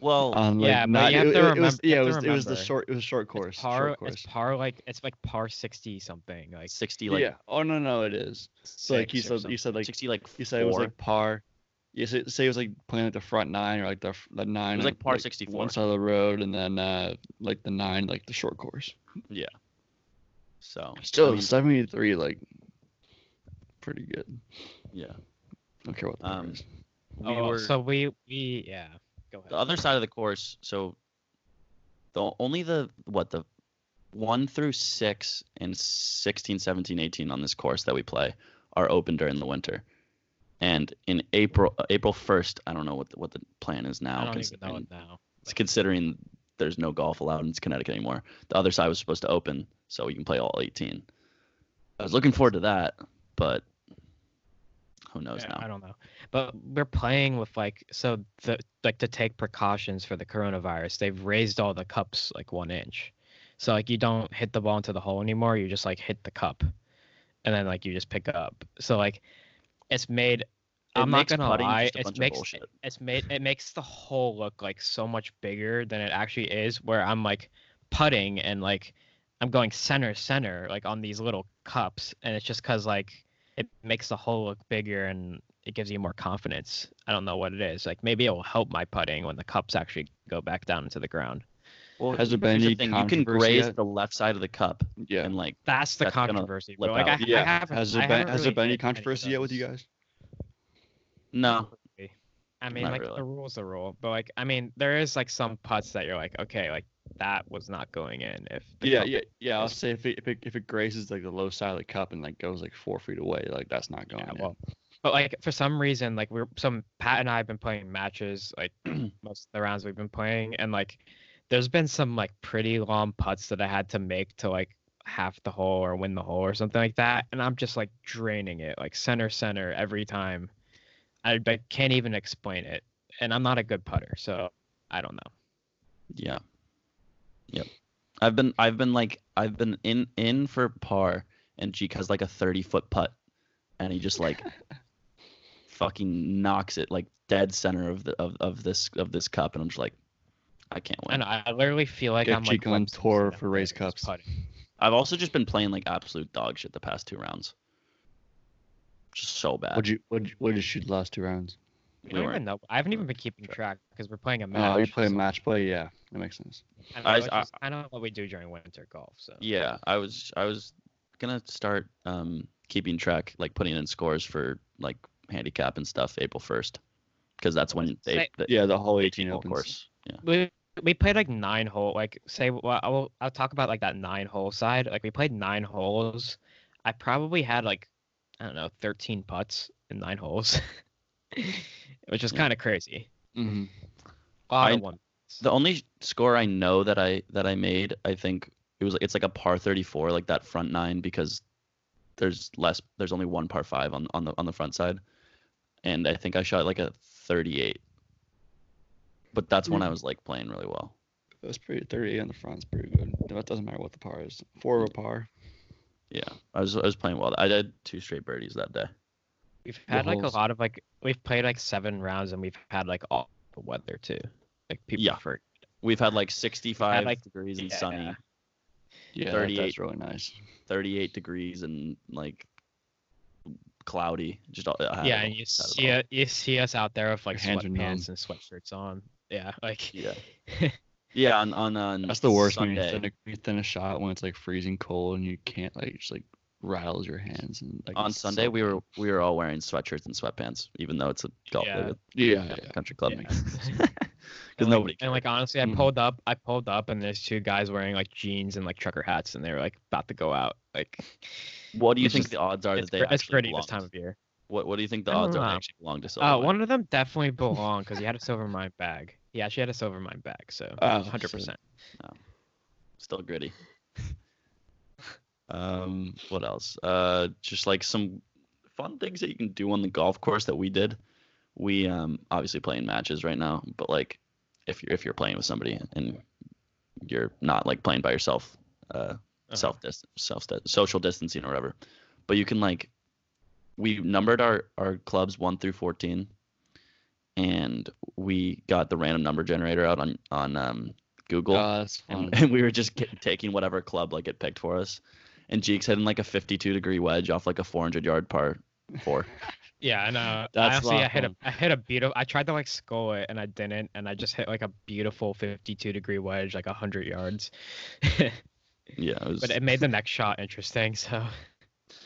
Speaker 1: Well,
Speaker 2: On, like,
Speaker 3: Oh. Yeah, but
Speaker 2: not,
Speaker 3: you have
Speaker 2: it,
Speaker 3: to
Speaker 2: it was-
Speaker 3: remember- you
Speaker 2: yeah, it
Speaker 3: have to
Speaker 2: was it was the
Speaker 3: remember.
Speaker 2: short it was short course.
Speaker 3: It's par.
Speaker 2: short course.
Speaker 3: It's par like it's like par sixty something. Like
Speaker 1: sixty like
Speaker 2: yeah. Oh no, no, it is. So like you
Speaker 3: six or
Speaker 2: said, you said like
Speaker 1: sixty like
Speaker 2: you said it was
Speaker 1: four.
Speaker 2: like par. You say, say it was like playing like the front nine or like the f- the nine.
Speaker 1: was, like,
Speaker 2: on,
Speaker 1: par 64.
Speaker 2: One side of the road and then uh like the nine like the short course.
Speaker 1: so.
Speaker 2: Still
Speaker 1: I mean,
Speaker 2: seventy three like pretty good.
Speaker 1: yeah.
Speaker 2: Don't care what the
Speaker 1: Um, We
Speaker 2: um,
Speaker 3: Oh,
Speaker 1: were
Speaker 3: so we we yeah. Go ahead.
Speaker 1: the other side of the course so the only the what the 1 through 6 and 16 17 18 on this course that we play are open during the winter and in april uh, april 1st i don't know what the, what the plan is now
Speaker 3: I don't even
Speaker 1: considering-
Speaker 3: know it now.
Speaker 1: it's considering there's no golf allowed in connecticut anymore the other side was supposed to open so you can play all 18 i was looking forward to that but who knows
Speaker 3: Yeah,
Speaker 1: now
Speaker 3: I don't know. But we're playing with like so the like to take precautions for the coronavirus. They've raised all the cups like one inch, so like you don't hit the ball into the hole anymore. You just like hit the cup, and then like you just pick up. So like it's made. I'm not
Speaker 1: makes
Speaker 3: gonna
Speaker 1: putting
Speaker 3: lie.
Speaker 1: just a bunch
Speaker 3: It
Speaker 1: of
Speaker 3: makes
Speaker 1: bullshit.
Speaker 3: it's made it makes the hole look like so much bigger than it actually is. Where I'm like putting and like I'm going center center like on these little cups, and it's just cause like it makes the hole look bigger and it gives you more confidence. I don't know what it is. Like maybe it will help my putting when the cups actually go back down into the ground.
Speaker 1: Well,
Speaker 2: Has there
Speaker 1: here's
Speaker 2: been
Speaker 1: the
Speaker 2: any
Speaker 1: thing, you can
Speaker 2: controversy
Speaker 1: graze
Speaker 2: yet?
Speaker 1: the left side of the cup
Speaker 2: Yeah.
Speaker 1: and like
Speaker 3: That's the
Speaker 1: That's gonna
Speaker 3: controversy.
Speaker 1: flip
Speaker 3: Bro. Like I,
Speaker 1: out.
Speaker 3: I haven't.
Speaker 2: Has there
Speaker 3: I
Speaker 2: been
Speaker 3: haven't
Speaker 2: has
Speaker 3: really
Speaker 2: there been any
Speaker 3: hit of
Speaker 2: controversy yet with you
Speaker 3: those.
Speaker 2: guys?
Speaker 1: no
Speaker 3: I mean,
Speaker 1: Not
Speaker 3: like
Speaker 1: really.
Speaker 3: the rule's the rule, but like I mean, there is like some putts that you're like, okay, like that was not going in. If the
Speaker 2: Yeah,
Speaker 3: cup-
Speaker 2: yeah, yeah. I'll say if it, if it if it grazes like the low side of the cup and like goes like four feet away, like that's not going.
Speaker 3: Yeah,
Speaker 2: in.
Speaker 3: well, but like for some reason, like we're some Pat and I have been playing matches
Speaker 2: [CLEARS THROAT]
Speaker 3: like most of the rounds we've been playing, and like there's been some like pretty long putts that I had to make to like half the hole or win the hole or something like that, and I'm just like draining it like center center every time. I, I can't even explain it, and I'm not a good putter, so I don't know.
Speaker 1: Yeah. Yep. I've been I've been like I've been in in for par and Jeek has like a thirty foot putt and he just
Speaker 2: [LAUGHS]
Speaker 1: like fucking knocks it like dead center of the of, of this of this cup and I'm just like I can't win.
Speaker 3: And I, I literally feel like
Speaker 2: Get
Speaker 3: I'm like
Speaker 2: Chico on
Speaker 3: Webster's
Speaker 2: tour
Speaker 3: in a
Speaker 2: for race
Speaker 3: player's
Speaker 2: cups.
Speaker 3: putting.
Speaker 1: I've also just been playing like absolute dog shit the past two rounds. Just so bad.
Speaker 2: What'd you what'd you, what did you shoot the last two rounds?
Speaker 3: I
Speaker 1: We
Speaker 3: don't
Speaker 1: weren't-
Speaker 3: even know. I haven't even been keeping track because we're playing a match.
Speaker 2: Oh, you play
Speaker 3: so-
Speaker 2: match play. Yeah, that makes sense.
Speaker 3: I mean,
Speaker 1: I-
Speaker 3: which
Speaker 1: I-
Speaker 3: is kind of what we do during winter golf. So
Speaker 1: Yeah, I was I was gonna start um keeping track, like putting in scores for like handicap and stuff April first, because that's when they,
Speaker 3: Say-
Speaker 1: the
Speaker 2: Yeah, the whole eighteen
Speaker 1: whole
Speaker 2: opens.
Speaker 1: course. Yeah.
Speaker 3: we we played like nine hole. Like say, well, I will, I'll talk about like that nine hole side. Like we played nine holes. I probably had like I don't know thirteen putts in nine holes, [LAUGHS] which is
Speaker 1: Yeah.
Speaker 3: kind of crazy.
Speaker 2: Mm-hmm.
Speaker 3: A lot of
Speaker 1: Hmm. I-
Speaker 3: one-
Speaker 1: The only score I know that I that I made, I think it was like it's like a par thirty four, like that front nine, because there's less there's only one par five on on the on the front side. And I think I shot like a thirty eight. But that's when I was like playing really well.
Speaker 2: That's pretty. Thirty-eight on the front's pretty good. That doesn't matter what the par is. Four over par.
Speaker 1: Yeah. I was I was playing well. I did two straight birdies that day.
Speaker 3: We've had like a
Speaker 2: holes.
Speaker 3: lot of like we've played like seven rounds and we've had like all the weather too. Like people
Speaker 1: Yeah.
Speaker 3: for
Speaker 1: We've had like 65
Speaker 3: like-
Speaker 1: degrees and
Speaker 3: yeah.
Speaker 1: sunny,
Speaker 2: Yeah,
Speaker 1: 38.
Speaker 2: that, that's really nice.
Speaker 1: 38 degrees and like cloudy. Just all, I had
Speaker 3: yeah,
Speaker 1: it
Speaker 3: and
Speaker 1: all-
Speaker 3: you
Speaker 1: had it
Speaker 3: see
Speaker 1: all.
Speaker 3: it, you see us out there with like
Speaker 2: Your hands are
Speaker 3: sweatpants and sweatshirts on. Yeah, like
Speaker 1: Yeah. Yeah, on on on
Speaker 2: That's the worst when you
Speaker 1: Sunday.
Speaker 2: thin, a, you thin a shot when it's like freezing cold and you can't like just like rattles your hands and like
Speaker 1: on
Speaker 2: it's
Speaker 1: Sunday
Speaker 2: so-
Speaker 1: we were we were all wearing sweatshirts and sweatpants, even though it's a golf
Speaker 3: Yeah.
Speaker 1: league,
Speaker 2: yeah,
Speaker 1: a
Speaker 2: yeah.
Speaker 1: country club.
Speaker 3: Yeah. [LAUGHS]
Speaker 1: [LAUGHS] Because
Speaker 3: And, like-
Speaker 1: nobody. Mm-hmm.
Speaker 3: and like honestly, I
Speaker 2: Mhm.
Speaker 3: pulled up. I pulled up, and there's two guys wearing like jeans and like trucker hats, and they were like about to go out. Like
Speaker 1: What do you
Speaker 3: it's
Speaker 1: think
Speaker 3: just-
Speaker 1: the odds are
Speaker 3: it's,
Speaker 1: that they
Speaker 3: pre- it's
Speaker 1: actually
Speaker 3: pretty
Speaker 1: belong?
Speaker 3: this time of year.
Speaker 1: What what do you think the
Speaker 3: I don't
Speaker 1: odds are they
Speaker 3: know.
Speaker 1: actually belong to
Speaker 3: Uh,
Speaker 1: Silverline?
Speaker 3: one of them definitely belonged because he had a silver mine bag. He actually had a silver mine bag, so
Speaker 2: Oh,
Speaker 3: hundred percent.
Speaker 1: Still gritty. um, what else? Uh, just like some fun things that you can do on the golf course that we did. We um obviously playing matches right now, but like if you're if you're playing with somebody and you're not like playing by yourself, uh,
Speaker 3: Uh-huh.
Speaker 1: self distance, self sti- social distancing or whatever. But you can like, we numbered our our clubs one through fourteen, and we got the random number generator out on on um, Google,
Speaker 2: Oh, that's fun.
Speaker 3: Um,
Speaker 1: and, and we were just ki- taking whatever club like it picked for us. And Jeeks hitting like a fifty-two degree wedge off like a four hundred yard par
Speaker 3: [LAUGHS]
Speaker 1: four.
Speaker 3: Yeah, and uh,
Speaker 2: That's a
Speaker 3: honestly,
Speaker 2: lot
Speaker 3: I
Speaker 2: of
Speaker 3: hit a
Speaker 2: fun.
Speaker 3: I hit a beautiful. I tried to like skull it, and I didn't, and I just hit like a beautiful 52 degree wedge, like hundred yards.
Speaker 1: yeah, it was.
Speaker 3: but it made the next shot interesting. [LAUGHS] So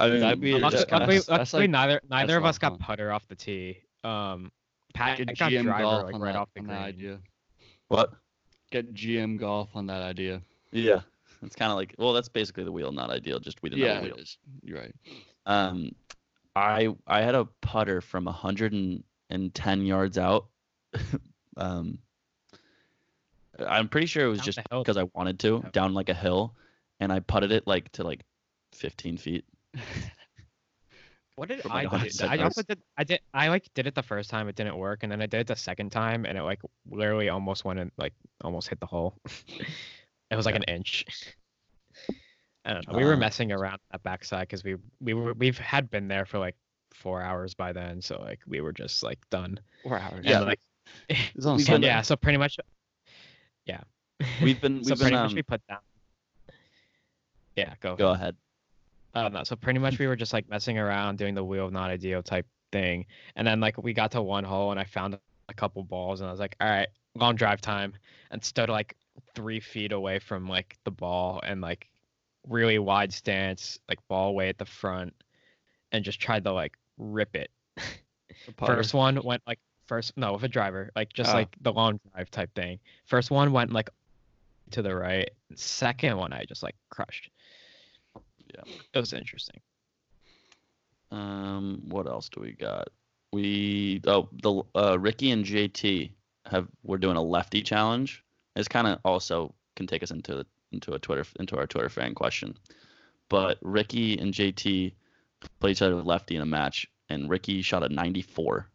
Speaker 1: I mean,
Speaker 2: That'd
Speaker 1: I'm
Speaker 2: be- Yeah,
Speaker 1: not
Speaker 3: luckily,
Speaker 1: just
Speaker 2: that's-
Speaker 1: gonna-
Speaker 3: luckily,
Speaker 2: that's
Speaker 3: luckily
Speaker 2: like-
Speaker 3: neither
Speaker 2: that's
Speaker 3: neither
Speaker 2: a
Speaker 3: of
Speaker 2: lot
Speaker 3: us
Speaker 2: of
Speaker 3: got
Speaker 2: fun.
Speaker 3: putter off the tee. Um, Pat
Speaker 2: Get
Speaker 3: got
Speaker 2: GM
Speaker 3: driver
Speaker 2: golf
Speaker 3: like
Speaker 2: on
Speaker 3: right
Speaker 2: that,
Speaker 3: off the
Speaker 2: on that
Speaker 3: green.
Speaker 2: idea.
Speaker 1: What?
Speaker 2: Get GM golf on that idea.
Speaker 1: Yeah. It's kind of like well, that's basically the wheel, not ideal. Just we didn't
Speaker 2: Yeah,
Speaker 1: have a
Speaker 2: it
Speaker 1: wheel.
Speaker 2: is. You're right.
Speaker 1: Um, I I had a putter from 110 yards out. [LAUGHS] um, I'm pretty sure it was
Speaker 3: Down
Speaker 1: just
Speaker 3: the hill.
Speaker 1: because I wanted to
Speaker 3: Yeah.
Speaker 1: down like a hill, and I putted it like to like 15 feet.
Speaker 3: What did
Speaker 1: Oh
Speaker 2: [LAUGHS]
Speaker 1: my
Speaker 3: I
Speaker 1: God,
Speaker 3: do?
Speaker 1: it's so
Speaker 3: I
Speaker 1: nice.
Speaker 3: also did. I did. I like did it the first time. It didn't work, and then I did it the second time, and it like literally almost went in, like almost hit the hole. [LAUGHS] it was like an inch. [LAUGHS] I don't know. We were
Speaker 1: Uh,
Speaker 3: messing around at backside because we we were we've had been there for like four hours by then, so like we were just like done.
Speaker 2: Four hours.
Speaker 3: And,
Speaker 1: Yeah.
Speaker 3: like,
Speaker 2: It's on
Speaker 1: We've
Speaker 2: Sunday.
Speaker 3: yeah. So pretty much. Yeah.
Speaker 1: We've been we've
Speaker 3: so
Speaker 1: been
Speaker 3: pretty much
Speaker 1: um,
Speaker 3: we put down. Yeah. Go.
Speaker 1: go ahead.
Speaker 3: I don't know. So pretty much we were just like messing around, doing the wheel of not ideal type thing, and then like we got to one hole and I found a couple balls and I was like, all right, long drive time, and stood like three feet away from like the ball and like really wide stance, like ball way at the front, and just tried to like rip it.
Speaker 2: The putter.
Speaker 3: First one went like first no with a driver, like just
Speaker 2: Oh.
Speaker 3: like the long drive type thing. First one went like to the right. Second one I just like crushed.
Speaker 1: Yeah.
Speaker 3: it was interesting.
Speaker 1: Um, what else do we got? We oh the uh, Ricky and JT have we're doing a lefty challenge. It's kind of also can take us into the, into a Twitter into our Twitter fan question. But Ricky and JT played each other with lefty in a match, and Ricky shot a 94.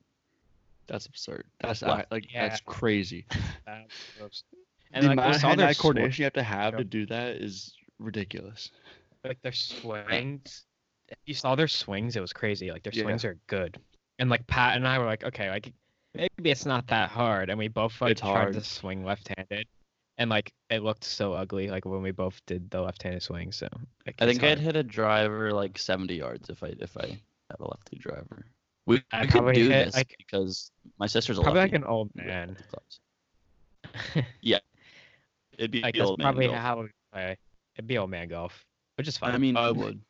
Speaker 2: That's absurd. That's
Speaker 1: Wow.
Speaker 2: I- like
Speaker 3: Yeah.
Speaker 2: that's crazy.
Speaker 3: That was-
Speaker 2: And the
Speaker 3: And like
Speaker 2: amount
Speaker 3: we
Speaker 2: of
Speaker 3: saw their
Speaker 2: hand-eye
Speaker 3: coordination.
Speaker 2: coordination you have to have
Speaker 3: Yeah.
Speaker 2: to do that is ridiculous.
Speaker 3: like their swings. You saw their swings; it was crazy. Like their
Speaker 2: Yeah.
Speaker 3: swings are good. And like Pat and I were like, okay, like maybe it's not that hard. And we both like
Speaker 2: It's
Speaker 3: tried to
Speaker 2: hard.
Speaker 3: swing left-handed, and like it looked so ugly. Like when we both did the left-handed swing, so like,
Speaker 1: I
Speaker 3: it's
Speaker 1: think I'd
Speaker 3: hard.
Speaker 1: hit a driver like 70 yards if I if I had a lefty driver. We,
Speaker 3: I
Speaker 1: we could
Speaker 3: probably
Speaker 1: do
Speaker 3: hit,
Speaker 1: this
Speaker 3: like-
Speaker 1: because my sister's a
Speaker 3: probably like
Speaker 1: lefty.
Speaker 3: an old
Speaker 1: We
Speaker 3: man.
Speaker 1: have clubs. [LAUGHS] yeah, it'd be
Speaker 3: Like
Speaker 1: the
Speaker 3: that's
Speaker 1: old man
Speaker 3: probably
Speaker 1: goal.
Speaker 3: how we play. It'd be old man golf, which is fine. Oh,
Speaker 1: I mean,
Speaker 2: I would.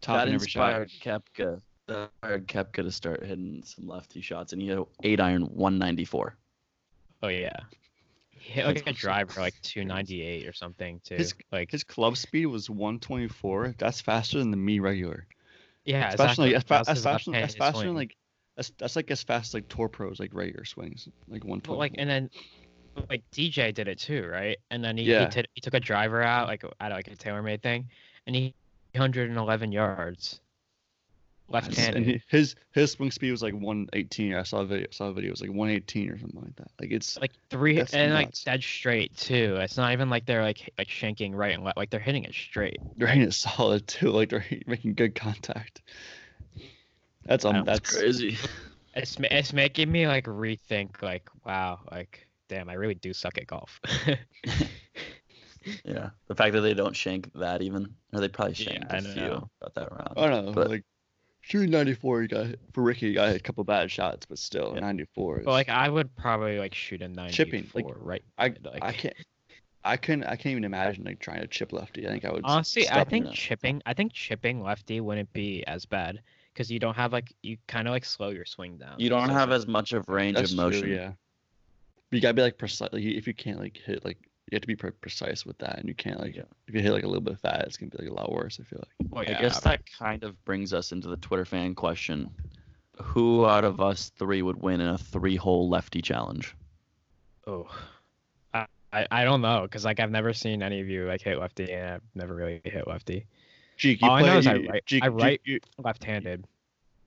Speaker 2: Top
Speaker 1: that
Speaker 2: in every shot.
Speaker 1: inspired Kepka. That inspired Kepka to start hitting some lefty shots, and he hit a eight iron 194.
Speaker 2: [LAUGHS]
Speaker 3: oh yeah, he hit like a
Speaker 2: That's-
Speaker 3: driver like 298 or something too.
Speaker 2: His-
Speaker 3: like
Speaker 2: His club speed was 124. That's faster than the me regular.
Speaker 3: yeah,
Speaker 2: especially
Speaker 3: exactly.
Speaker 2: as, fa-
Speaker 3: That's
Speaker 2: as
Speaker 3: his
Speaker 2: fast as
Speaker 3: left-handed
Speaker 2: faster than
Speaker 3: swing.
Speaker 2: like that's, that's like as fast as like tour pros like regular swings like 124.
Speaker 3: Well, like and then like DJ did it too, right? And then he
Speaker 2: Yeah.
Speaker 3: he, t- he took a driver out like at like a TaylorMade thing, and he 111 yards,
Speaker 2: That's- and
Speaker 3: left-handed.
Speaker 2: he- [LAUGHS] his his swing speed was like 118. I saw a video. Saw a video. It was like 118 or something like that. Like it's
Speaker 3: Like three
Speaker 2: That's
Speaker 3: and like
Speaker 2: nuts.
Speaker 3: dead straight too. It's not even like they're like h- like shanking right and left. Like they're hitting it straight.
Speaker 2: they're hitting it [LAUGHS] solid too. Like they're hit- making good contact. That's um.
Speaker 1: That's
Speaker 2: That's
Speaker 1: crazy.
Speaker 3: It's ma- it's making me like rethink like wow like damn I really do suck at golf.
Speaker 1: [LAUGHS]
Speaker 3: [LAUGHS]
Speaker 1: Yeah, the fact that they don't shank that even, or they probably
Speaker 3: Yeah,
Speaker 1: shanked
Speaker 3: I
Speaker 1: a
Speaker 3: don't
Speaker 1: few
Speaker 3: know.
Speaker 1: about that round.
Speaker 2: I don't know.
Speaker 1: But-
Speaker 2: like shooting 94, you got hit- for Ricky, you got hit a couple bad shots, but still
Speaker 1: Yeah.
Speaker 2: 94. Is,
Speaker 3: but like I would probably like shoot a 94
Speaker 2: Chipping, like,
Speaker 3: right.
Speaker 2: I,
Speaker 3: like-
Speaker 2: I can't. I couldn't. I can't even imagine like trying to chip lefty. I think I would. s-
Speaker 3: Honestly, I
Speaker 1: stuff in
Speaker 3: think
Speaker 1: there.
Speaker 3: chipping. I think chipping lefty wouldn't be as bad because you don't have like you kind of like slow your swing down.
Speaker 1: you don't
Speaker 3: So
Speaker 1: have
Speaker 3: it's
Speaker 1: as much of range
Speaker 2: That's
Speaker 1: of
Speaker 2: true,
Speaker 1: motion.
Speaker 2: yeah. You gotta be like precise. Like, if you can't like hit like you have to be pre- precise with that, and you can't like
Speaker 1: Yeah.
Speaker 2: if you hit like a little bit fat, it's gonna be like a lot worse. I feel like.
Speaker 3: like, oh,
Speaker 1: I guess that kind of brings us into the Twitter fan question: Who out of us three would win in a three-hole lefty challenge?
Speaker 3: Oh, I I, I don't know because like I've never seen any of you like hit lefty and I've never really hit lefty.
Speaker 2: Jeek,
Speaker 3: All I know is I
Speaker 2: you-
Speaker 3: right-
Speaker 2: Jeek,
Speaker 3: I
Speaker 2: Jeek,
Speaker 3: right-
Speaker 2: you,
Speaker 3: Left-handed.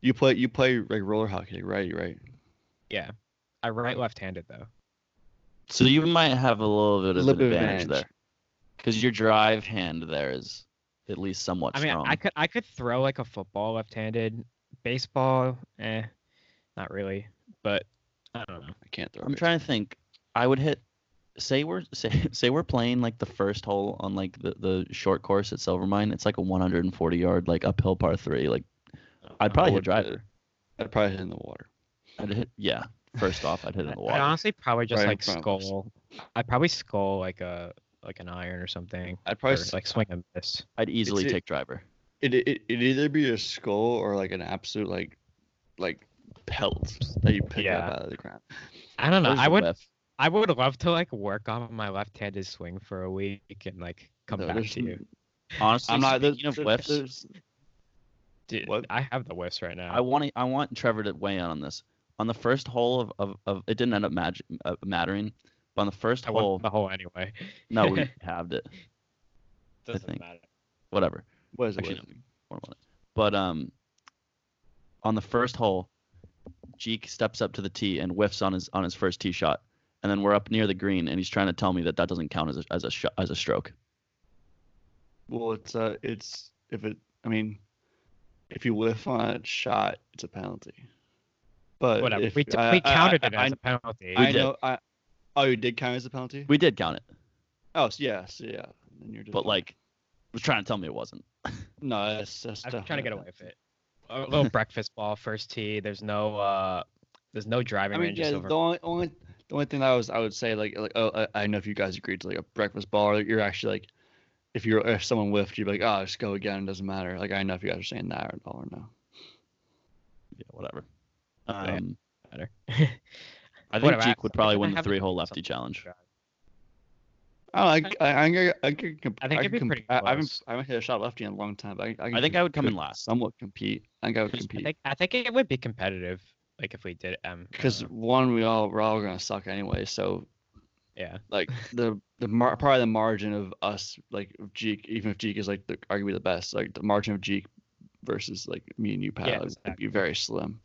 Speaker 2: you play. You play like roller hockey, right? Right.
Speaker 3: Yeah, I right left-handed though.
Speaker 1: So you might have a little bit of
Speaker 2: Little bit
Speaker 1: an
Speaker 2: of
Speaker 1: advantage,
Speaker 2: advantage.
Speaker 1: there, because your drive hand there is at least somewhat
Speaker 3: I mean,
Speaker 1: strong.
Speaker 3: I could I could throw like a football left-handed. Baseball, eh, not really. But I don't know.
Speaker 2: I can't throw.
Speaker 1: I'm
Speaker 2: it.
Speaker 1: trying to think. I would hit. Say we're [LAUGHS] say, say we're playing like the first hole on like the, the short course at Silvermine. It's like a 140 yard like uphill par three. Like
Speaker 3: Oh,
Speaker 1: I'd probably hit
Speaker 2: would-
Speaker 1: driver.
Speaker 2: I'd probably hit in the water.
Speaker 1: I'd hit yeah. First off, I'd hit in the
Speaker 3: I
Speaker 1: water.
Speaker 3: honestly probably just
Speaker 2: Right in
Speaker 3: like
Speaker 2: front of us.
Speaker 3: skull. I probably skull like a like an iron or something.
Speaker 2: I'd
Speaker 3: Or,
Speaker 2: probably. s-
Speaker 3: like swing and miss.
Speaker 1: I'd easily
Speaker 2: it-
Speaker 1: take driver.
Speaker 2: It it it would either be a skull or like an absolute like, like pelts that you pick
Speaker 3: Yeah.
Speaker 2: up out of the ground.
Speaker 3: I don't know.
Speaker 2: Those
Speaker 3: I
Speaker 2: are
Speaker 3: would
Speaker 2: left-
Speaker 3: I would love to like work on my left-handed swing for a week and like come
Speaker 2: no,
Speaker 3: back
Speaker 2: there's
Speaker 3: to you.
Speaker 2: n-
Speaker 1: Honestly,
Speaker 2: I'm not.
Speaker 1: speaking of
Speaker 2: there-
Speaker 1: whiffs,
Speaker 2: there's-
Speaker 3: Dude,
Speaker 2: what?
Speaker 3: I have the whiffs right now.
Speaker 1: I want to, I want Trevor to weigh in on this. On the first hole of, of, of it didn't end up mag- uh, mattering, but on the first
Speaker 3: I
Speaker 1: hole,
Speaker 3: want the hole anyway.
Speaker 1: no,
Speaker 3: [LAUGHS]
Speaker 1: we halved it.
Speaker 3: Doesn't
Speaker 1: think.
Speaker 3: matter.
Speaker 1: Whatever.
Speaker 2: What is it?
Speaker 1: Actually,
Speaker 2: what is it?
Speaker 1: More about it. But um, on the first hole, Jeek steps up to the tee and whiffs on his on his first tee shot, and then we're up near the green, and he's trying to tell me that that doesn't count as a, as a shot as a stroke.
Speaker 2: Well, it's uh, it's if it. I mean, if you whiff on a shot, it's a penalty. But
Speaker 3: Whatever.
Speaker 2: uh, if-
Speaker 3: we, t-
Speaker 2: I-
Speaker 3: we
Speaker 2: I- I-
Speaker 3: counted it
Speaker 2: I,
Speaker 3: as a penalty.
Speaker 2: I
Speaker 1: We did.
Speaker 2: know. I, oh, you did count it as a penalty.
Speaker 1: We did count it,
Speaker 2: oh, so yeah, so yeah. Then you're just
Speaker 1: but like, was trying to tell me it wasn't.
Speaker 2: no, that's that's.
Speaker 3: I'm trying to
Speaker 2: definitely
Speaker 3: get
Speaker 2: a
Speaker 3: away with it. A little breakfast ball, first tee. There's no uh, there's no
Speaker 2: I
Speaker 3: driving
Speaker 2: mean,
Speaker 3: ranges
Speaker 2: yeah.
Speaker 3: over.
Speaker 2: The only, only the only thing that I was I would say like like oh I, I know if you guys agreed to like a breakfast ball or like, you're actually like if you're if someone whiffed you'd be like oh just go again it doesn't matter like I know if you guys are saying that or all or no.
Speaker 1: Yeah, whatever.
Speaker 3: Yeah,
Speaker 1: Um,
Speaker 3: matter. [LAUGHS]
Speaker 1: I think
Speaker 3: Whatever,
Speaker 1: Jeek
Speaker 3: I-
Speaker 1: would probably
Speaker 3: if I
Speaker 1: win the
Speaker 3: have to
Speaker 1: three hole
Speaker 3: pick
Speaker 1: lefty challenge.
Speaker 2: I don't know, I I I, can- I, can comp-
Speaker 3: I think it'd
Speaker 2: can
Speaker 3: be
Speaker 2: comp-
Speaker 3: pretty
Speaker 2: I, I haven't
Speaker 3: close.
Speaker 2: I haven't hit a shot lefty in a long time. But I, I, can
Speaker 1: I think
Speaker 2: com-
Speaker 1: I would come in
Speaker 2: could
Speaker 1: last.
Speaker 2: Somewhat compete. I think I would
Speaker 3: I
Speaker 2: compete
Speaker 3: think I think it would be competitive, like if we did M.
Speaker 2: because
Speaker 3: uh,
Speaker 2: one we all we're all gonna suck anyway. So
Speaker 3: yeah,
Speaker 2: like the the mar- probably the margin of us like of Jeek, even if Jeek is like the, arguably the best, like the margin of Jeek versus like me and you, Pat,
Speaker 3: Yeah,
Speaker 2: like, would
Speaker 3: exactly.
Speaker 2: be very slim.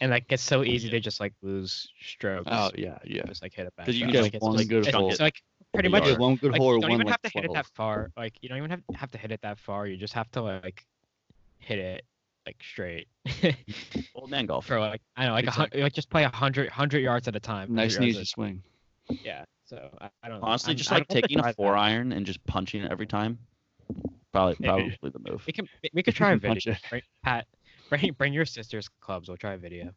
Speaker 3: and like it's so easy to just like lose strokes.
Speaker 2: Oh yeah, yeah.
Speaker 3: Just like hit it back.
Speaker 1: 'Cause you
Speaker 3: up.
Speaker 1: get
Speaker 3: like, it's
Speaker 2: one
Speaker 3: just-
Speaker 2: good
Speaker 3: it's,
Speaker 2: hole.
Speaker 3: it's, like pretty
Speaker 1: You
Speaker 3: much.
Speaker 1: get
Speaker 2: Yeah, one good
Speaker 3: like,
Speaker 2: hole or
Speaker 3: you don't
Speaker 2: one
Speaker 3: even
Speaker 2: like
Speaker 3: have to hit it that far. Like you don't even have, have to hit it that far. You just have to like hit it like straight.
Speaker 1: Old man golf.
Speaker 3: For like I don't know, like a, hun- like just play a hundred hundred yards at a time. 100
Speaker 2: Nice and
Speaker 3: yards
Speaker 2: easy
Speaker 3: at-
Speaker 2: swing.
Speaker 3: Yeah. So I, I don't know.
Speaker 1: Honestly,
Speaker 3: I'm-
Speaker 1: just
Speaker 3: I
Speaker 1: like
Speaker 3: don't
Speaker 1: taking
Speaker 3: try
Speaker 1: a
Speaker 3: that.
Speaker 1: four iron and just punching it every time.
Speaker 3: [LAUGHS]
Speaker 1: Probably,
Speaker 2: Maybe.
Speaker 1: probably the move.
Speaker 3: We can we could try
Speaker 1: [LAUGHS]
Speaker 2: [LAUGHS]
Speaker 3: a
Speaker 2: can
Speaker 3: video.
Speaker 2: punch it.
Speaker 3: Bring- Pat, [LAUGHS] bring bring your sister's clubs. We'll try a video.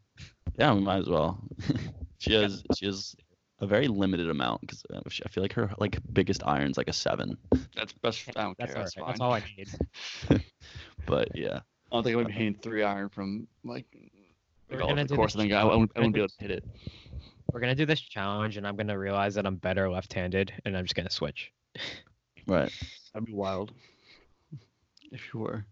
Speaker 1: Yeah, we might as well. [LAUGHS] she has she has a very limited amount because I feel like her like biggest iron's like a seven.
Speaker 2: That's best. I don't
Speaker 3: That's
Speaker 2: care.
Speaker 3: all
Speaker 2: That's
Speaker 3: right.
Speaker 2: fine.
Speaker 3: That's all I need.
Speaker 1: But yeah,
Speaker 2: I don't think I would be hitting three iron from like,
Speaker 3: We're
Speaker 2: like all
Speaker 3: gonna
Speaker 2: over
Speaker 3: do
Speaker 2: the course.
Speaker 3: this
Speaker 2: I think I, I, wouldn't, I wouldn't
Speaker 3: challenge.
Speaker 2: be able to hit it.
Speaker 3: We're gonna do this challenge, and I'm gonna realize that I'm better left-handed, and I'm just gonna switch.
Speaker 1: right.
Speaker 2: That'd be wild. If you were,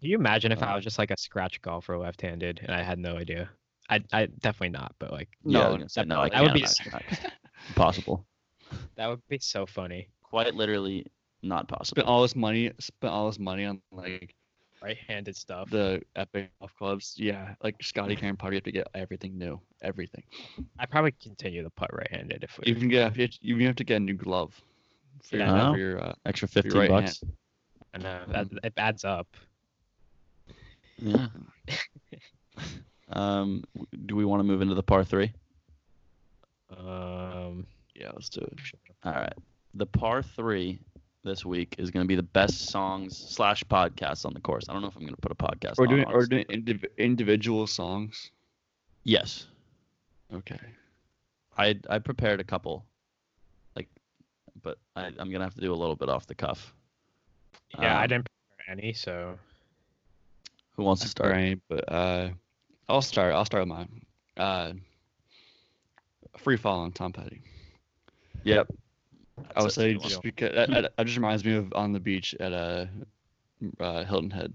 Speaker 3: Can you imagine if I
Speaker 1: Uh,
Speaker 3: was just like a scratch golfer left-handed, and I had no idea? I I definitely not, but like
Speaker 1: Yeah, I
Speaker 2: No,
Speaker 1: was gonna say, no,
Speaker 3: that-
Speaker 1: I
Speaker 3: that would
Speaker 1: can't
Speaker 3: be
Speaker 1: imagine that.
Speaker 2: [LAUGHS]
Speaker 1: impossible.
Speaker 3: that would be so funny.
Speaker 1: Quite literally, not possible.
Speaker 2: spent all this money, spent all this money on like
Speaker 3: Right-handed stuff.
Speaker 2: the epic golf clubs. Yeah, like Scotty Karen Potter, you have to get everything new, everything.
Speaker 3: I probably continue to putt right-handed if
Speaker 2: You
Speaker 3: we.
Speaker 2: can get you you have to get a new glove for your,
Speaker 1: Yeah.
Speaker 2: for your uh,
Speaker 1: Extra
Speaker 2: your
Speaker 1: fifteen
Speaker 2: right
Speaker 1: bucks.
Speaker 3: I know that it adds up.
Speaker 1: Yeah. [LAUGHS] um, do we want to move into the par three?
Speaker 3: Um,
Speaker 2: yeah. Let's do it.
Speaker 1: All right. The par three this week is going to be the best songs slash podcasts on the course. I don't know if I'm going to put a podcast.
Speaker 2: We're
Speaker 1: on,
Speaker 2: doing we're
Speaker 1: honestly.
Speaker 2: doing indiv- individual songs.
Speaker 1: yes,
Speaker 2: Okay.
Speaker 1: I I prepared a couple, like, but I, I'm going to have to do a little bit off the cuff.
Speaker 3: yeah, I
Speaker 1: Um,
Speaker 3: didn't prepare any, so
Speaker 1: Who wants to
Speaker 2: All
Speaker 1: start?
Speaker 2: right, but uh, I'll start. I'll start with mine. Uh, free fall on Tom Petty.
Speaker 1: Yep.
Speaker 2: I would
Speaker 1: That's a
Speaker 2: say
Speaker 1: good one.
Speaker 2: just because that, that, that just reminds me of on the beach at uh, uh Hilton Head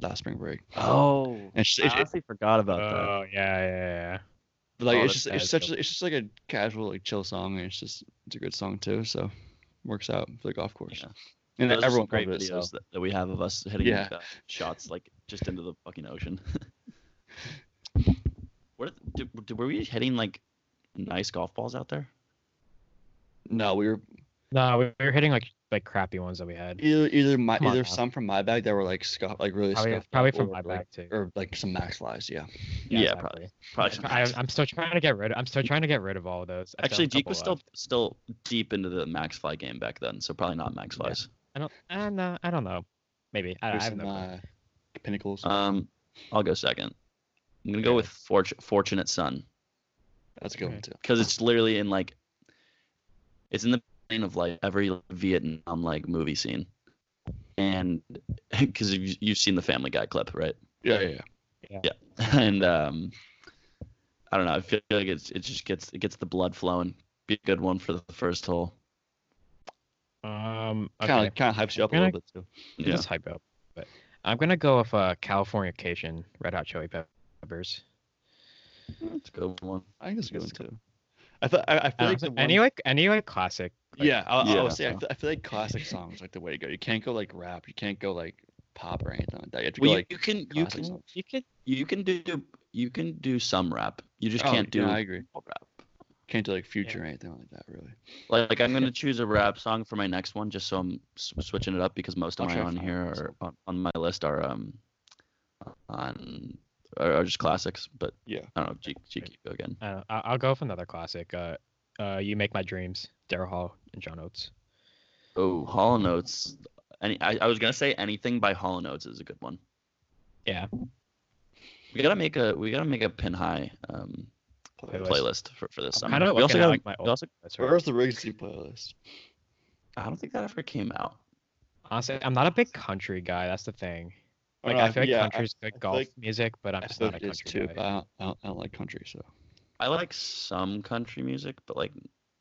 Speaker 2: last spring break.
Speaker 1: Oh,
Speaker 2: And it's,
Speaker 1: I
Speaker 2: it's,
Speaker 1: honestly forgot
Speaker 3: oh
Speaker 1: about that.
Speaker 3: yeah, yeah, yeah.
Speaker 2: like
Speaker 1: Oh, that's
Speaker 2: it's just it's
Speaker 1: bad,
Speaker 2: such
Speaker 1: though.
Speaker 2: a, it's just like a casual like chill song and it's just it's a good song too so works out for the golf course
Speaker 1: Yeah.
Speaker 2: and
Speaker 1: Those are some
Speaker 2: everyone
Speaker 1: great
Speaker 2: loved it, so.
Speaker 1: videos that, that we have of us hitting
Speaker 2: Yeah.
Speaker 1: uh, shots like just into the fucking
Speaker 2: [LAUGHS]
Speaker 1: ocean. What did, did, were we hitting like nice golf balls out there?
Speaker 2: no we were
Speaker 3: No, we were hitting like like crappy ones that we had.
Speaker 2: either either my
Speaker 3: Come on
Speaker 2: either
Speaker 3: now.
Speaker 2: some from my bag that were like scuff like really
Speaker 3: Probably,
Speaker 2: scuffed
Speaker 3: probably
Speaker 2: up
Speaker 3: from
Speaker 2: or,
Speaker 3: my
Speaker 2: like-
Speaker 3: back too.
Speaker 2: or like some max lies yeah
Speaker 1: Yeah,
Speaker 3: probably.
Speaker 1: Probably. some-
Speaker 3: I, I'm still trying to get rid. Of, I'm still trying to get rid of all of those. I still
Speaker 1: Actually,
Speaker 3: have a
Speaker 1: Deke was
Speaker 3: couple
Speaker 1: still
Speaker 3: left.
Speaker 1: still deep into the Max Fly game back then, so probably not Max
Speaker 3: Yeah.
Speaker 1: Flies.
Speaker 3: I don't. I don't know. I don't know. Maybe. I, I
Speaker 2: there's
Speaker 3: have
Speaker 2: some
Speaker 3: no. clue.
Speaker 2: uh, pinnacles
Speaker 1: Um, I'll go second. I'm gonna go
Speaker 3: Okay.
Speaker 1: with Fort- Fortunate Son
Speaker 2: that's a good
Speaker 3: okay.
Speaker 2: one too
Speaker 1: because it's literally in like, it's in the vein of like every Vietnam like movie scene, and [LAUGHS] because you've, you've seen the Family Guy clip, right?
Speaker 2: yeah yeah, yeah.
Speaker 1: and um, I don't know. I feel like it's it just gets it gets the blood flowing. Be a good one for the first hole.
Speaker 3: Um,
Speaker 2: Kind
Speaker 3: okay.
Speaker 2: of kind of hypes you up a
Speaker 3: Can I-
Speaker 2: little bit too.
Speaker 3: It does hype up. But I'm gonna go with uh, Californication, Red Hot Chili Peppers.
Speaker 1: It's a good one.
Speaker 2: I think it's a good one
Speaker 1: That's
Speaker 2: too. I thought I, I
Speaker 3: Uh,
Speaker 2: feel like the one,
Speaker 3: Um, any like any like classic. like-
Speaker 2: yeah, I, I
Speaker 1: Yeah.
Speaker 2: was saying I feel, I feel like classic songs like the way to go. You can't go like rap. You can't go like pop or anything like that. You have to
Speaker 1: Well,
Speaker 2: go
Speaker 1: you,
Speaker 2: like
Speaker 1: you can you
Speaker 2: classic
Speaker 1: can
Speaker 2: songs.
Speaker 3: You could.
Speaker 1: you can do you can do some rap. You just
Speaker 2: Oh,
Speaker 1: can't do
Speaker 2: yeah, I agree.
Speaker 1: all rap.
Speaker 2: Can't do like future or anything like that really.
Speaker 1: Like, like I'm gonna choose a rap song for my next one, just so I'm s- switching it up because most of
Speaker 2: I'll
Speaker 1: mine
Speaker 2: try to
Speaker 1: on
Speaker 2: find
Speaker 1: here
Speaker 2: one,
Speaker 1: are
Speaker 2: so.
Speaker 1: on, on my list are um on are, are just classics. But
Speaker 2: Yeah.
Speaker 1: I don't know. G, G, G, go again.
Speaker 3: I don't know, I- I'll go with another classic. Uh, uh, you make my dreams. Daryl Hall and John Oates.
Speaker 1: Oh, Hall and Oates. Any, I, I was gonna say anything by Hall and Oates is a good one.
Speaker 3: Yeah.
Speaker 1: We gotta make a we gotta make a pin high um,
Speaker 3: Playlist.
Speaker 1: playlist for, for this
Speaker 3: I'm
Speaker 1: summer.
Speaker 3: kind of
Speaker 1: we also
Speaker 3: looking
Speaker 1: gotta,
Speaker 3: at like my
Speaker 1: we
Speaker 3: old.
Speaker 1: also,
Speaker 3: That's right.
Speaker 2: Where's the Regency playlist?
Speaker 1: I don't think that ever came out.
Speaker 3: Honestly, I'm not a big country guy. That's the thing. Like I feel like country's good
Speaker 2: Uh, feel
Speaker 3: golf
Speaker 2: like-
Speaker 3: music, but I'm
Speaker 2: I
Speaker 3: just
Speaker 2: feel
Speaker 3: not a
Speaker 2: like it is too.
Speaker 3: country guy.
Speaker 2: but I don't, I, don't, I don't like country, so
Speaker 1: I like some country music, but like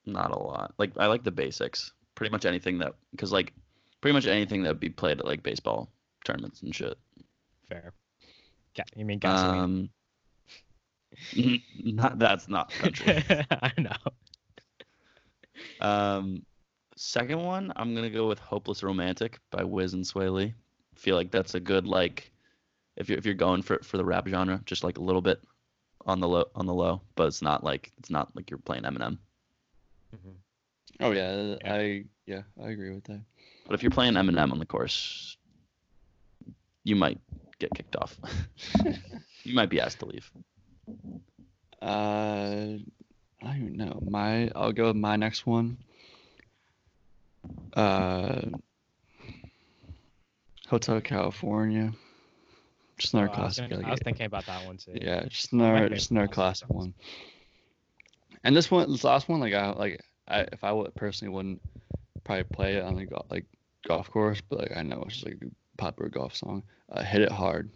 Speaker 1: not a lot. Like I like the basics. Pretty much anything that because like pretty much anything that would be played at like baseball tournaments and shit.
Speaker 3: Fair. Ga- you mean [LAUGHS] gasoline?
Speaker 1: Um, [LAUGHS] n- not that's not
Speaker 3: [LAUGHS]
Speaker 1: country.
Speaker 3: I
Speaker 2: [LAUGHS]
Speaker 3: know.
Speaker 1: um, second one, I'm gonna go with "Hopeless Romantic" by Wiz and Sway Lee. Feel like that's a good like if you're if you're going for for the rap genre, just like a little bit on the low on the low, but it's not like it's not like you're playing Eminem.
Speaker 3: Mhm.
Speaker 2: Oh yeah,
Speaker 3: Yeah.
Speaker 2: I yeah, I agree with
Speaker 3: [LAUGHS]
Speaker 2: that.
Speaker 1: But if you're playing Eminem on the course, you might get kicked off. [LAUGHS] you might be asked to leave.
Speaker 2: Uh, I don't even know. My I'll go with my next one. Uh, Hotel California. Just another
Speaker 3: Oh, I, was
Speaker 2: classic.
Speaker 3: gonna-
Speaker 2: like
Speaker 3: I was
Speaker 2: it-
Speaker 3: thinking about that one too.
Speaker 2: yeah, just
Speaker 3: my
Speaker 2: another
Speaker 3: favorite
Speaker 2: just another classic
Speaker 3: classic
Speaker 2: one.
Speaker 3: songs.
Speaker 2: And this one, this last one, like I like I if I would personally wouldn't probably play it on the go- like golf course, but like I know it's like a popular golf song. Uh, Hit it hard.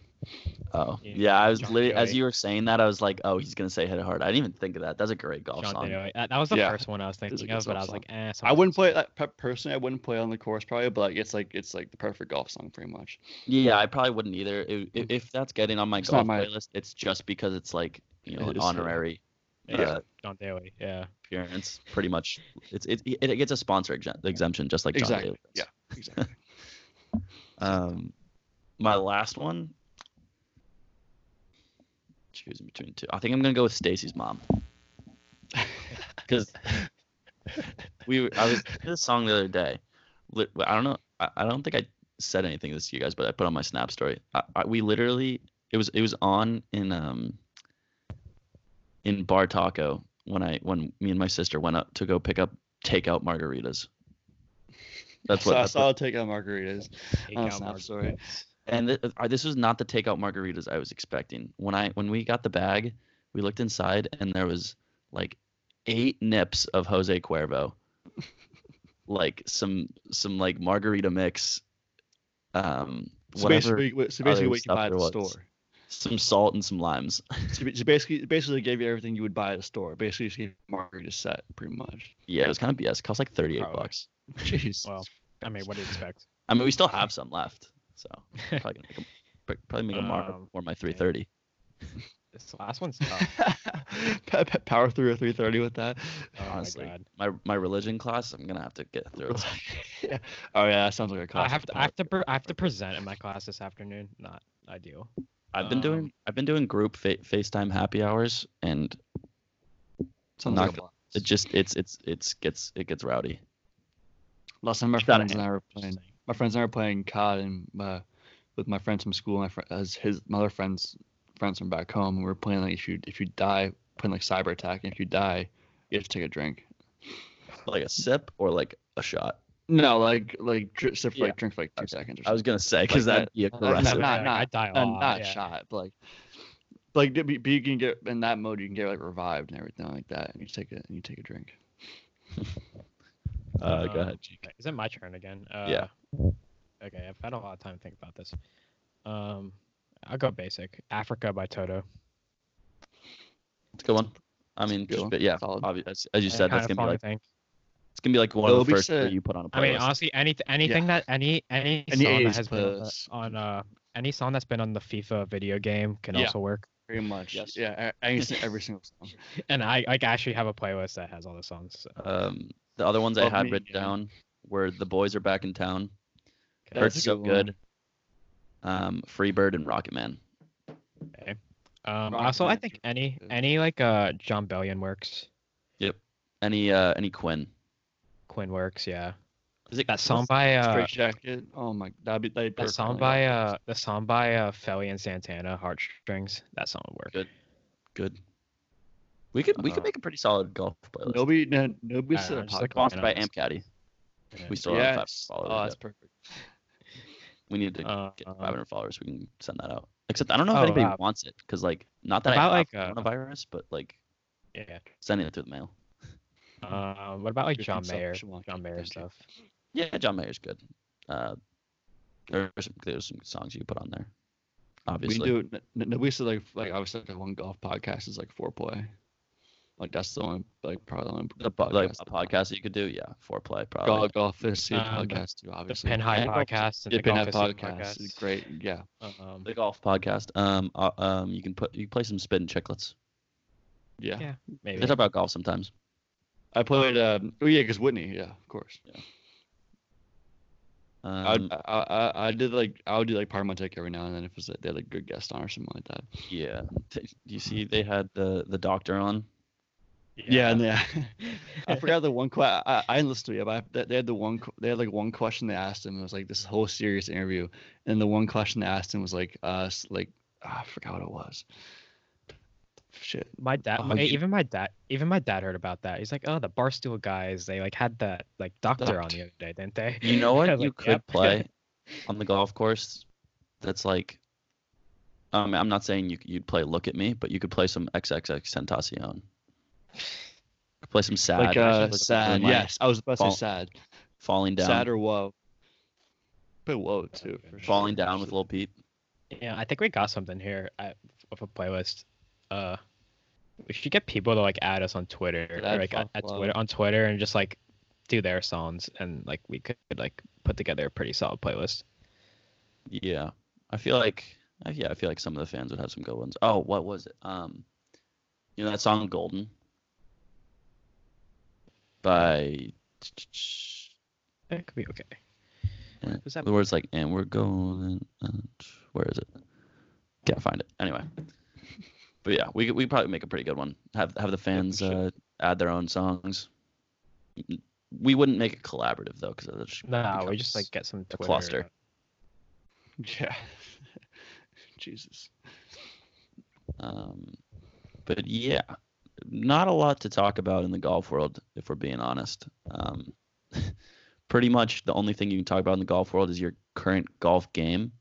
Speaker 1: Oh
Speaker 3: Yeah,
Speaker 1: yeah, I was
Speaker 3: John
Speaker 1: literally as
Speaker 3: Joey.
Speaker 1: you were saying that, I was like, oh, he's gonna say hit it hard. I didn't even think of that. That's a great golf
Speaker 3: Sean
Speaker 1: song.
Speaker 3: Diddy. That, that was the
Speaker 2: Yeah.
Speaker 3: first one I was
Speaker 2: It's a
Speaker 3: thinking
Speaker 2: good
Speaker 3: of, but I
Speaker 2: golf
Speaker 3: was
Speaker 2: song.
Speaker 3: like, eh.
Speaker 2: I
Speaker 3: someone
Speaker 2: wouldn't
Speaker 3: else.
Speaker 2: play like pe- personally. I wouldn't play on the course probably, but like it's like it's like the perfect golf song, pretty much.
Speaker 1: Yeah, I probably wouldn't either. If, if- if that's getting on my
Speaker 2: It's not
Speaker 1: golf
Speaker 2: my-
Speaker 1: playlist, it's just because it's like you know
Speaker 2: It
Speaker 1: an
Speaker 2: is uh, so-
Speaker 1: honorary
Speaker 3: Yeah.
Speaker 1: uh,
Speaker 3: John Daly.
Speaker 2: [LAUGHS]
Speaker 3: Yeah.
Speaker 1: appearance. Pretty much, it's it, it, it gets a sponsor exemp- exemption just like John
Speaker 2: exactly.
Speaker 1: Daly
Speaker 2: Yeah.
Speaker 1: does.
Speaker 2: Exactly.
Speaker 1: [LAUGHS] Um, my last one. Choosing between two. I think I'm gonna go with Stacy's
Speaker 2: [LAUGHS]
Speaker 1: mom because we. were- I was listening to this song the other day. Lit- I don't know. I, I don't think I said anything this to you guys, but I put on my Snap story. I, I, we literally. It was it was on in um. In Bar Taco when I when me and my sister went up to go pick up takeout margaritas. That's what
Speaker 2: [LAUGHS] So I
Speaker 1: that's what-
Speaker 2: saw a take on margaritas.
Speaker 3: Take
Speaker 2: Oh,
Speaker 3: out
Speaker 2: snap,
Speaker 3: Mark
Speaker 2: sorry.
Speaker 3: Davis.
Speaker 1: and th- uh, this was not the takeout margaritas I was expecting. When I when we got the bag, we looked inside and there was like eight nips of Jose Cuervo, like some some like margarita mix, um,
Speaker 2: So
Speaker 1: whatever,
Speaker 2: basically, what- so
Speaker 1: other
Speaker 2: basically what you
Speaker 1: stuff
Speaker 2: buy at
Speaker 1: there
Speaker 2: the
Speaker 1: was.
Speaker 2: store.
Speaker 1: some salt and some limes. [LAUGHS]
Speaker 2: So ba- so basically, basically they gave you everything you would buy at the store. Basically, just gave you a margarita set, pretty much. [LAUGHS]
Speaker 1: yeah, it was kind of BS. It cost like thirty eight
Speaker 3: Probably.
Speaker 1: bucks.
Speaker 2: Jeez.
Speaker 3: Well, I mean, what do you expect?
Speaker 1: I mean, we still have some left, so probably gonna make a, probably make a mark
Speaker 3: Um,
Speaker 1: for my three thirty.
Speaker 3: This
Speaker 2: [LAUGHS]
Speaker 3: last one's tough.
Speaker 2: Pa- pa- Uh, Power through a 330 with that.
Speaker 3: Oh
Speaker 1: Honestly.
Speaker 3: my god.
Speaker 1: My my religion class, I'm gonna have to get through it.
Speaker 2: [LAUGHS] yeah. Oh yeah, that sounds like a
Speaker 3: I
Speaker 2: classic.
Speaker 3: have to. I
Speaker 2: power-
Speaker 3: have to. Pre- I have to present in my class this afternoon. Not ideal.
Speaker 1: I've been doing
Speaker 3: Um,
Speaker 1: I've been doing group fa- FaceTime happy hours, and
Speaker 2: sounds
Speaker 1: not
Speaker 2: like a
Speaker 1: gonna-
Speaker 2: blast.
Speaker 1: it just it's it's it's gets it gets rowdy.
Speaker 2: Last time my
Speaker 3: Shout out
Speaker 2: friends and I were playing.
Speaker 3: Interesting.
Speaker 2: my friends and I were playing COD and uh, with my friends from school. My friend, as his my other friends, friends from back home, we were playing like if you if you die, playing like cyber attack, and if you die, you have to take a drink.
Speaker 1: Like a sip or like a shot.
Speaker 2: No, like like dri- sip for,
Speaker 1: Yeah.
Speaker 2: like drink for like two
Speaker 1: Okay.
Speaker 2: seconds. Or
Speaker 1: I was
Speaker 2: something.
Speaker 1: gonna say
Speaker 2: Like
Speaker 1: because
Speaker 2: that-
Speaker 1: that'd be
Speaker 2: not- not-
Speaker 1: aggressive.
Speaker 2: not-
Speaker 3: I die a
Speaker 2: and
Speaker 3: lot,
Speaker 2: not
Speaker 3: yeah.
Speaker 2: shot, but like like but but you can get in that mode. You can get like revived and everything like that, and you take a and you take a drink.
Speaker 1: Uh, go
Speaker 3: Um,
Speaker 1: ahead, Jake.
Speaker 3: Is it my turn again? Uh,
Speaker 1: Yeah.
Speaker 3: Okay, I've had a lot of time to think about this. Um, I'll go basic. Africa by Toto.
Speaker 1: It's a good one. I mean,
Speaker 2: Good
Speaker 1: just-
Speaker 2: one.
Speaker 1: but yeah,
Speaker 2: Solid.
Speaker 1: obvi- as, as you said, that's gonna be
Speaker 3: Kinda fun, I
Speaker 1: like
Speaker 3: think.
Speaker 1: it's gonna be like one
Speaker 2: That'll
Speaker 1: of the
Speaker 2: be
Speaker 1: first
Speaker 2: sick.
Speaker 1: that you put on a playlist.
Speaker 3: I mean, honestly, any anything that any any,
Speaker 2: Any
Speaker 3: song that
Speaker 2: 80s
Speaker 3: has been on the-
Speaker 2: playlist.
Speaker 3: on uh any song that's been on the FIFA video game can
Speaker 2: Yeah.
Speaker 3: also work.
Speaker 2: Pretty much.
Speaker 1: Yes.
Speaker 2: Yeah, I, I can sing every single [LAUGHS] song.
Speaker 3: And I like actually have a playlist that has all the songs. So.
Speaker 1: um, the other ones I
Speaker 2: Love
Speaker 1: had
Speaker 2: Me
Speaker 1: written
Speaker 2: Again.
Speaker 1: down were "The Boys Are Back in Town,"
Speaker 3: Okay.
Speaker 1: "Hurts
Speaker 2: That's a
Speaker 1: So
Speaker 2: good one.
Speaker 1: Good," um, "Free Bird," and "Rocket Man."
Speaker 3: Um,
Speaker 2: Rock
Speaker 3: also, I
Speaker 2: Band
Speaker 3: think
Speaker 2: Tour.
Speaker 3: any
Speaker 2: Yeah.
Speaker 3: any like uh John Bellion works,
Speaker 1: Any uh, any Quinn?
Speaker 3: Quinn works, yeah.
Speaker 1: Is it
Speaker 3: That song by uh
Speaker 2: Straight jacket. Oh my, that'd be that'd be
Speaker 3: that
Speaker 2: perfect on
Speaker 3: song
Speaker 2: the
Speaker 3: by
Speaker 2: playlist.
Speaker 3: uh the song by uh Felly and Santana, Heartstrings. That song would work.
Speaker 1: Good. Good. We could we
Speaker 2: Uh,
Speaker 1: could make a pretty solid golf playlist.
Speaker 2: Nobody, no, nobody
Speaker 3: I
Speaker 2: said
Speaker 3: don't
Speaker 2: a
Speaker 3: know, just like
Speaker 2: podcast.
Speaker 1: Sponsored by
Speaker 3: Yeah.
Speaker 1: Amcaddy. We still have five
Speaker 2: Yes.
Speaker 1: followers.
Speaker 2: Oh,
Speaker 1: yet.
Speaker 2: that's perfect.
Speaker 1: we need to
Speaker 3: Uh,
Speaker 1: get
Speaker 3: um,
Speaker 1: 500 followers. We can send that out. Except I don't know if
Speaker 3: Oh,
Speaker 1: anybody
Speaker 3: wow.
Speaker 1: wants it because like not that
Speaker 3: About,
Speaker 1: I have
Speaker 3: like, uh,
Speaker 1: coronavirus, but like
Speaker 3: yeah.
Speaker 1: sending it through the mail.
Speaker 3: Uh, what about like
Speaker 2: Your
Speaker 3: John
Speaker 2: consumption
Speaker 3: Mayer?
Speaker 2: won't
Speaker 3: John
Speaker 2: keep
Speaker 3: Mayer
Speaker 2: them
Speaker 3: stuff.
Speaker 1: Yeah, John Mayer's good. Uh, there's some, there's some songs you put on there. Obviously,
Speaker 2: We do. n- Nobody said like like obviously like one golf podcast is like foreplay. Like that's the one like probably the one
Speaker 1: the po- like a
Speaker 2: podcast.
Speaker 1: podcast that you could do. Yeah, foreplay probably.
Speaker 2: golf golf fantasy
Speaker 3: Uh, the-
Speaker 2: podcast too.
Speaker 3: The
Speaker 2: Obviously,
Speaker 3: Pin High
Speaker 1: Yeah.
Speaker 3: podcast and
Speaker 2: Yeah,
Speaker 3: the
Speaker 2: Pin High
Speaker 3: Golf History
Speaker 2: podcast is
Speaker 3: podcast.
Speaker 2: great. Yeah,
Speaker 3: Um,
Speaker 1: The golf podcast. Um, uh, um, you can put you can play some spin chicklets.
Speaker 2: yeah.
Speaker 3: Yeah. maybe.
Speaker 1: They talk about golf sometimes.
Speaker 2: I played. Um, oh yeah, because Whitney. Yeah, of course. I
Speaker 1: Um,
Speaker 2: [LAUGHS] would I, I I did like I would do like part of my take every now and then if it's like, they had a good guest on or something like that.
Speaker 1: yeah. Do [LAUGHS] you see they had the the doctor on?
Speaker 2: Yeah, [LAUGHS] and they, I forgot the one question. I, I didn't listen to it, but I, they- they had the one. que- They had like one question they asked him. It was like this whole serious interview, and the one question they asked him was like, uh, s- like ah, I forgot what it was. Shit.
Speaker 3: [LAUGHS] my dad
Speaker 2: Oh,
Speaker 3: my,
Speaker 2: you-
Speaker 3: even my dad even my dad heard about that he's like oh the barstool guys they like had that like doctor on
Speaker 2: Doct-
Speaker 3: the other day didn't they
Speaker 1: You know
Speaker 2: [LAUGHS]
Speaker 3: I
Speaker 1: what
Speaker 3: was
Speaker 1: you
Speaker 3: [LAUGHS] like,
Speaker 1: could
Speaker 3: "Yep."
Speaker 1: play on the golf course. That's like, um, I'm not saying you you'd play Look at Me, but you could play some XXX Tentacion. You could play some sad.
Speaker 2: Like uh,
Speaker 1: Look at
Speaker 2: sad.
Speaker 1: Moonlight,
Speaker 2: Yes, I was about to
Speaker 1: Fall-
Speaker 2: say sad.
Speaker 1: falling down,
Speaker 2: Sad or whoa. But whoa too. for sure.
Speaker 1: falling down with Lil Peep.
Speaker 3: yeah i think we got something here at, of a playlist uh we should get people to like add us on twitter or,
Speaker 2: That'd
Speaker 3: like
Speaker 2: fuck
Speaker 3: at
Speaker 2: love.
Speaker 3: twitter on twitter and just like do their songs and like we could like put together a pretty solid playlist
Speaker 1: Yeah, I feel like I- yeah, I feel like some of the fans would have some good ones. Oh, what was it? Um, you know that song Golden by
Speaker 3: it could be okay
Speaker 1: Yeah.
Speaker 3: Who's that
Speaker 1: the words like and we're golden. uh, Where is it? Can't find it.
Speaker 3: [LAUGHS]
Speaker 1: Anyway, but yeah, we could- we could probably make a pretty good one. Have have the fans
Speaker 2: should.
Speaker 1: uh, add their own songs. We wouldn't make it collaborative though, because
Speaker 3: no we just like get some twitter
Speaker 1: cluster.
Speaker 2: [LAUGHS] Yeah. [LAUGHS] Jesus.
Speaker 1: Um, but yeah, not a lot to talk about in the golf world, if we're being honest. Um, [LAUGHS] pretty much the only thing you can talk about in the golf world is your current golf game.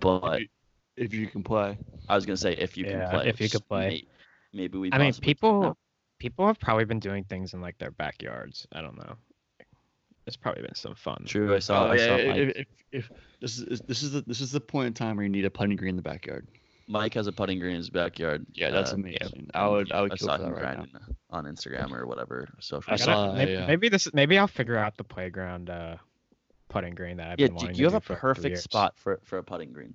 Speaker 1: But
Speaker 2: you- If you can play.
Speaker 1: I was gonna say if you can
Speaker 3: Yeah,
Speaker 1: play,
Speaker 3: if you
Speaker 1: which
Speaker 3: could play.
Speaker 1: may- maybe we.
Speaker 3: I mean,
Speaker 1: possibly can
Speaker 3: people
Speaker 1: now.
Speaker 3: people have probably been doing things in like their backyards. I don't know. It's probably been some fun.
Speaker 1: True, I saw.
Speaker 2: Oh,
Speaker 1: I
Speaker 2: yeah,
Speaker 1: saw
Speaker 2: if,
Speaker 1: Mike.
Speaker 2: if, if this is this is the this is the point in time where you need a putting green in the backyard.
Speaker 1: Mike has a putting green in his backyard.
Speaker 2: Yeah, that's
Speaker 1: uh,
Speaker 2: amazing. I would I would
Speaker 1: I
Speaker 2: kill
Speaker 1: saw
Speaker 2: for that
Speaker 1: him
Speaker 2: right now.
Speaker 1: grinding on Instagram or whatever social.
Speaker 2: I
Speaker 1: media.
Speaker 3: Gotta-
Speaker 2: saw-
Speaker 3: may-
Speaker 2: yeah,
Speaker 1: uh,
Speaker 3: maybe,
Speaker 2: yeah.
Speaker 3: this is- maybe I'll figure out the playground uh putting green that I've
Speaker 1: Yeah,
Speaker 3: been
Speaker 1: do
Speaker 3: wanting
Speaker 1: you
Speaker 3: to
Speaker 1: have a
Speaker 3: do for a few
Speaker 1: perfect
Speaker 3: years.
Speaker 1: spot for for a putting green?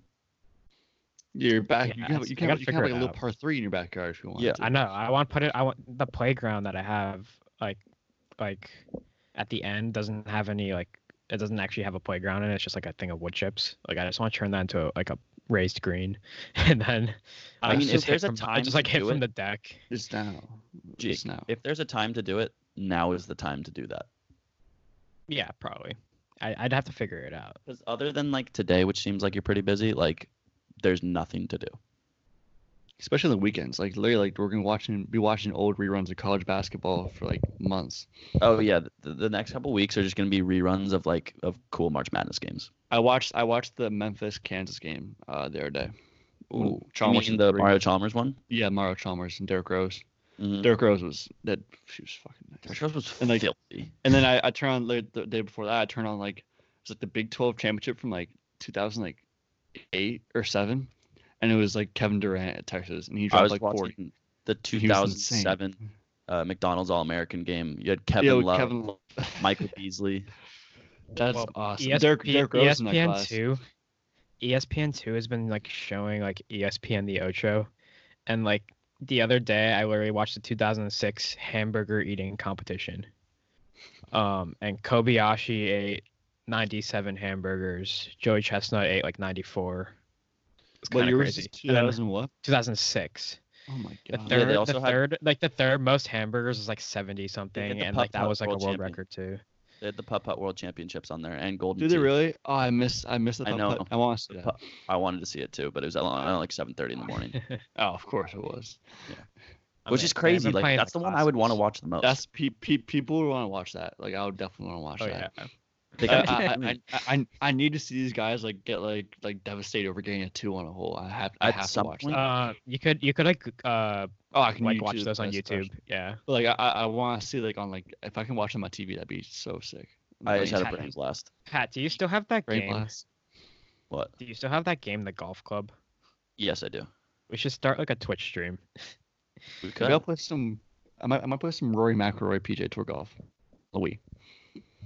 Speaker 2: Your back you can have
Speaker 3: Yes,
Speaker 2: you
Speaker 3: I
Speaker 2: can have,
Speaker 3: gotta
Speaker 2: you can have
Speaker 3: figure
Speaker 2: like
Speaker 3: it
Speaker 2: a little
Speaker 3: out.
Speaker 2: par three in your backyard if you want.
Speaker 1: Yeah,
Speaker 2: to.
Speaker 3: I know. I want put it I want the playground that I have like like at the end doesn't have any like it doesn't actually have a playground in it. It's just like a thing of wood chips. Like I just want to turn that into a, like a raised green [LAUGHS] and then
Speaker 1: I
Speaker 3: like,
Speaker 1: mean, if
Speaker 3: just hit
Speaker 1: there's a
Speaker 3: from- I
Speaker 1: time
Speaker 3: just like
Speaker 1: to
Speaker 3: hit
Speaker 1: do
Speaker 3: from
Speaker 1: it-
Speaker 3: the deck.
Speaker 2: It's now.
Speaker 1: Gee,
Speaker 2: It's now.
Speaker 1: if there's a time to do it, now is the time to do that.
Speaker 3: Yeah, probably. I, I'd have to figure it out.
Speaker 1: Because other than like today, which seems like you're pretty busy, like there's nothing to do.
Speaker 2: Especially on the weekends. Like literally like we're gonna watching be watching old reruns of college basketball for like months.
Speaker 1: Oh yeah, the, the next couple weeks are just gonna be reruns of like of cool March Madness games.
Speaker 2: I watched I watched the Memphis Kansas game uh the other day. Ooh,
Speaker 1: You
Speaker 2: Chalmers
Speaker 1: mean
Speaker 2: and
Speaker 1: the
Speaker 2: three.
Speaker 1: Mario Chalmers one?
Speaker 2: Yeah, Mario Chalmers and Derrick Rose.
Speaker 1: Mm-hmm.
Speaker 2: Derrick Rose was that she was fucking nice.
Speaker 1: was
Speaker 2: And, like-
Speaker 1: filthy.
Speaker 2: And then I, I turn on like, the day before that. I turn on like it's like the Big Twelve championship from like 2000 like eight or seven, and it was like Kevin Durant at Texas, and he
Speaker 1: I
Speaker 2: dropped
Speaker 1: was
Speaker 2: like
Speaker 1: watching.
Speaker 2: forty.
Speaker 1: the
Speaker 2: He was
Speaker 1: 2007
Speaker 2: insane.
Speaker 1: uh, McDonald's All American game. You had Kevin
Speaker 2: yeah, with
Speaker 1: Love, [LAUGHS]
Speaker 2: Kevin Love. [LAUGHS]
Speaker 1: Michael Beasley.
Speaker 2: That's
Speaker 3: Well,
Speaker 2: awesome.
Speaker 3: ES-
Speaker 2: Dirk,
Speaker 3: E-
Speaker 2: Dirk Rose in that
Speaker 3: ESPN
Speaker 2: class.
Speaker 3: two, E ESPN two has been like showing like E ESPN the Ocho, and like the other day I literally watched the 2006 hamburger eating competition, um, and Kobayashi ate 97 hamburgers, Joey Chestnut ate like 94. It's
Speaker 2: What
Speaker 3: kind
Speaker 2: year
Speaker 3: of
Speaker 2: was
Speaker 3: crazy.
Speaker 2: this?
Speaker 3: And then
Speaker 2: 2000 what?
Speaker 3: 2006.
Speaker 2: Oh my
Speaker 3: The
Speaker 2: god.
Speaker 1: Yeah, they
Speaker 3: third,
Speaker 1: also
Speaker 3: the
Speaker 1: had-
Speaker 3: third, like the third most hamburgers was like 70 something,
Speaker 1: the
Speaker 3: and like that
Speaker 1: putt-putt
Speaker 3: was like a
Speaker 1: world
Speaker 3: world
Speaker 1: champion.
Speaker 3: record too. [LAUGHS]
Speaker 1: They had the Putt Putt World Championships on there and Golden.
Speaker 2: Do they
Speaker 1: Tee.
Speaker 2: really? Oh, I miss. I miss the.
Speaker 1: I
Speaker 2: putt
Speaker 1: know.
Speaker 2: putt. I want to see
Speaker 1: The
Speaker 2: that.
Speaker 1: putt- I wanted to see it too, but it was at around like 7:30 in the
Speaker 2: [LAUGHS]
Speaker 1: morning,
Speaker 2: Oh, of course it was.
Speaker 3: I
Speaker 1: which
Speaker 3: mean,
Speaker 1: is
Speaker 3: they
Speaker 1: crazy.
Speaker 3: haven't
Speaker 1: Like
Speaker 3: played
Speaker 1: that's the
Speaker 3: the
Speaker 1: one I would want to watch
Speaker 3: classics.
Speaker 1: the most.
Speaker 2: That's pe- pe- people would want to watch that. Like I would definitely want to
Speaker 3: Oh
Speaker 2: watch
Speaker 3: yeah.
Speaker 2: that.
Speaker 1: They
Speaker 2: Uh,
Speaker 1: gotta
Speaker 2: [LAUGHS] I,
Speaker 1: keep
Speaker 2: I,
Speaker 1: doing it.
Speaker 2: I, I I need to see these guys like get like like devastated over getting a two on a hole. I have I
Speaker 1: At
Speaker 2: have to
Speaker 1: some
Speaker 2: watch
Speaker 1: point-
Speaker 2: that.
Speaker 3: Uh, you could you could like uh
Speaker 2: Oh, I can
Speaker 3: like watch
Speaker 2: YouTube
Speaker 3: those on
Speaker 2: that
Speaker 3: YouTube.
Speaker 2: special.
Speaker 3: Yeah.
Speaker 2: But, like I I, I want to see like on like if I can watch on my TV that'd be so sick.
Speaker 1: I
Speaker 2: Like,
Speaker 1: just had a
Speaker 3: Pat-
Speaker 1: brain blast.
Speaker 3: Pat, do you still have that
Speaker 2: Brain
Speaker 3: game?
Speaker 2: blast.
Speaker 1: What?
Speaker 3: Do you still have that game, the golf club?
Speaker 1: Yes, I do.
Speaker 3: We should start like a Twitch stream.
Speaker 1: We could.
Speaker 2: Maybe I'll play some. I might I might play some Rory McIlroy PJ Tour golf. Louis.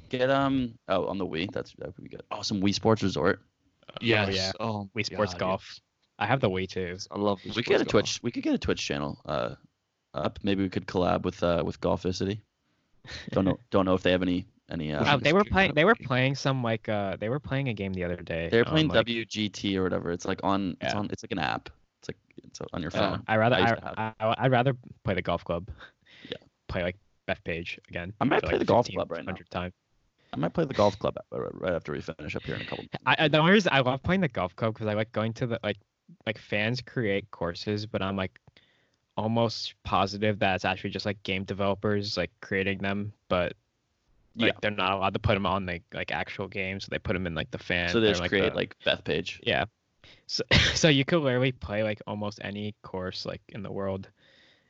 Speaker 1: Get um oh on the Wii. That's that would be good. Oh, some Wii Sports Resort.
Speaker 2: Yes. Oh,
Speaker 3: Uh, yeah.
Speaker 2: my
Speaker 3: Wii Sports
Speaker 2: God,
Speaker 3: Golf. I have the Wii too.
Speaker 2: yes. I love. Wii
Speaker 1: we
Speaker 2: Sports
Speaker 1: could get a
Speaker 2: Golf.
Speaker 1: Twitch. We could get a Twitch channel uh up. Maybe we could collab with uh with Golficity.
Speaker 3: [LAUGHS]
Speaker 1: Don't know. don't know if they have any any.
Speaker 2: Which
Speaker 1: Uh,
Speaker 3: Oh,
Speaker 2: one
Speaker 3: they
Speaker 2: is
Speaker 3: were
Speaker 2: Jim
Speaker 3: playing. They were
Speaker 2: Rutledge?
Speaker 3: playing some like uh, they were playing a game the other day.
Speaker 1: they're
Speaker 3: on,
Speaker 1: playing
Speaker 3: um, like,
Speaker 1: WGT or whatever. It's like on. It's
Speaker 3: Yeah.
Speaker 1: on. It's like an app. It's like it's on your
Speaker 2: Yeah.
Speaker 1: phone.
Speaker 3: uh, I rather
Speaker 1: I used to
Speaker 3: I, I, I would rather play the golf club.
Speaker 1: Yeah.
Speaker 3: Play like Beth Page again.
Speaker 1: I might
Speaker 3: for,
Speaker 1: play
Speaker 3: like
Speaker 1: the golf
Speaker 3: 15,
Speaker 1: club right now.
Speaker 3: 100 times.
Speaker 1: I might play the golf club app right right after we finish up here in a couple.
Speaker 3: I, I the only reason I love playing the golf club because I like going to the like like fans create courses, but I'm like almost positive that it's actually just like game developers like creating them, but like
Speaker 1: Yeah.
Speaker 3: they're not allowed to put them on like like actual games, so they put them in like the fan.
Speaker 1: So they
Speaker 3: or,
Speaker 1: just
Speaker 3: like,
Speaker 1: create
Speaker 3: the-
Speaker 1: like Beth Page.
Speaker 3: yeah. So [LAUGHS] so you could literally play like almost any course like in the world,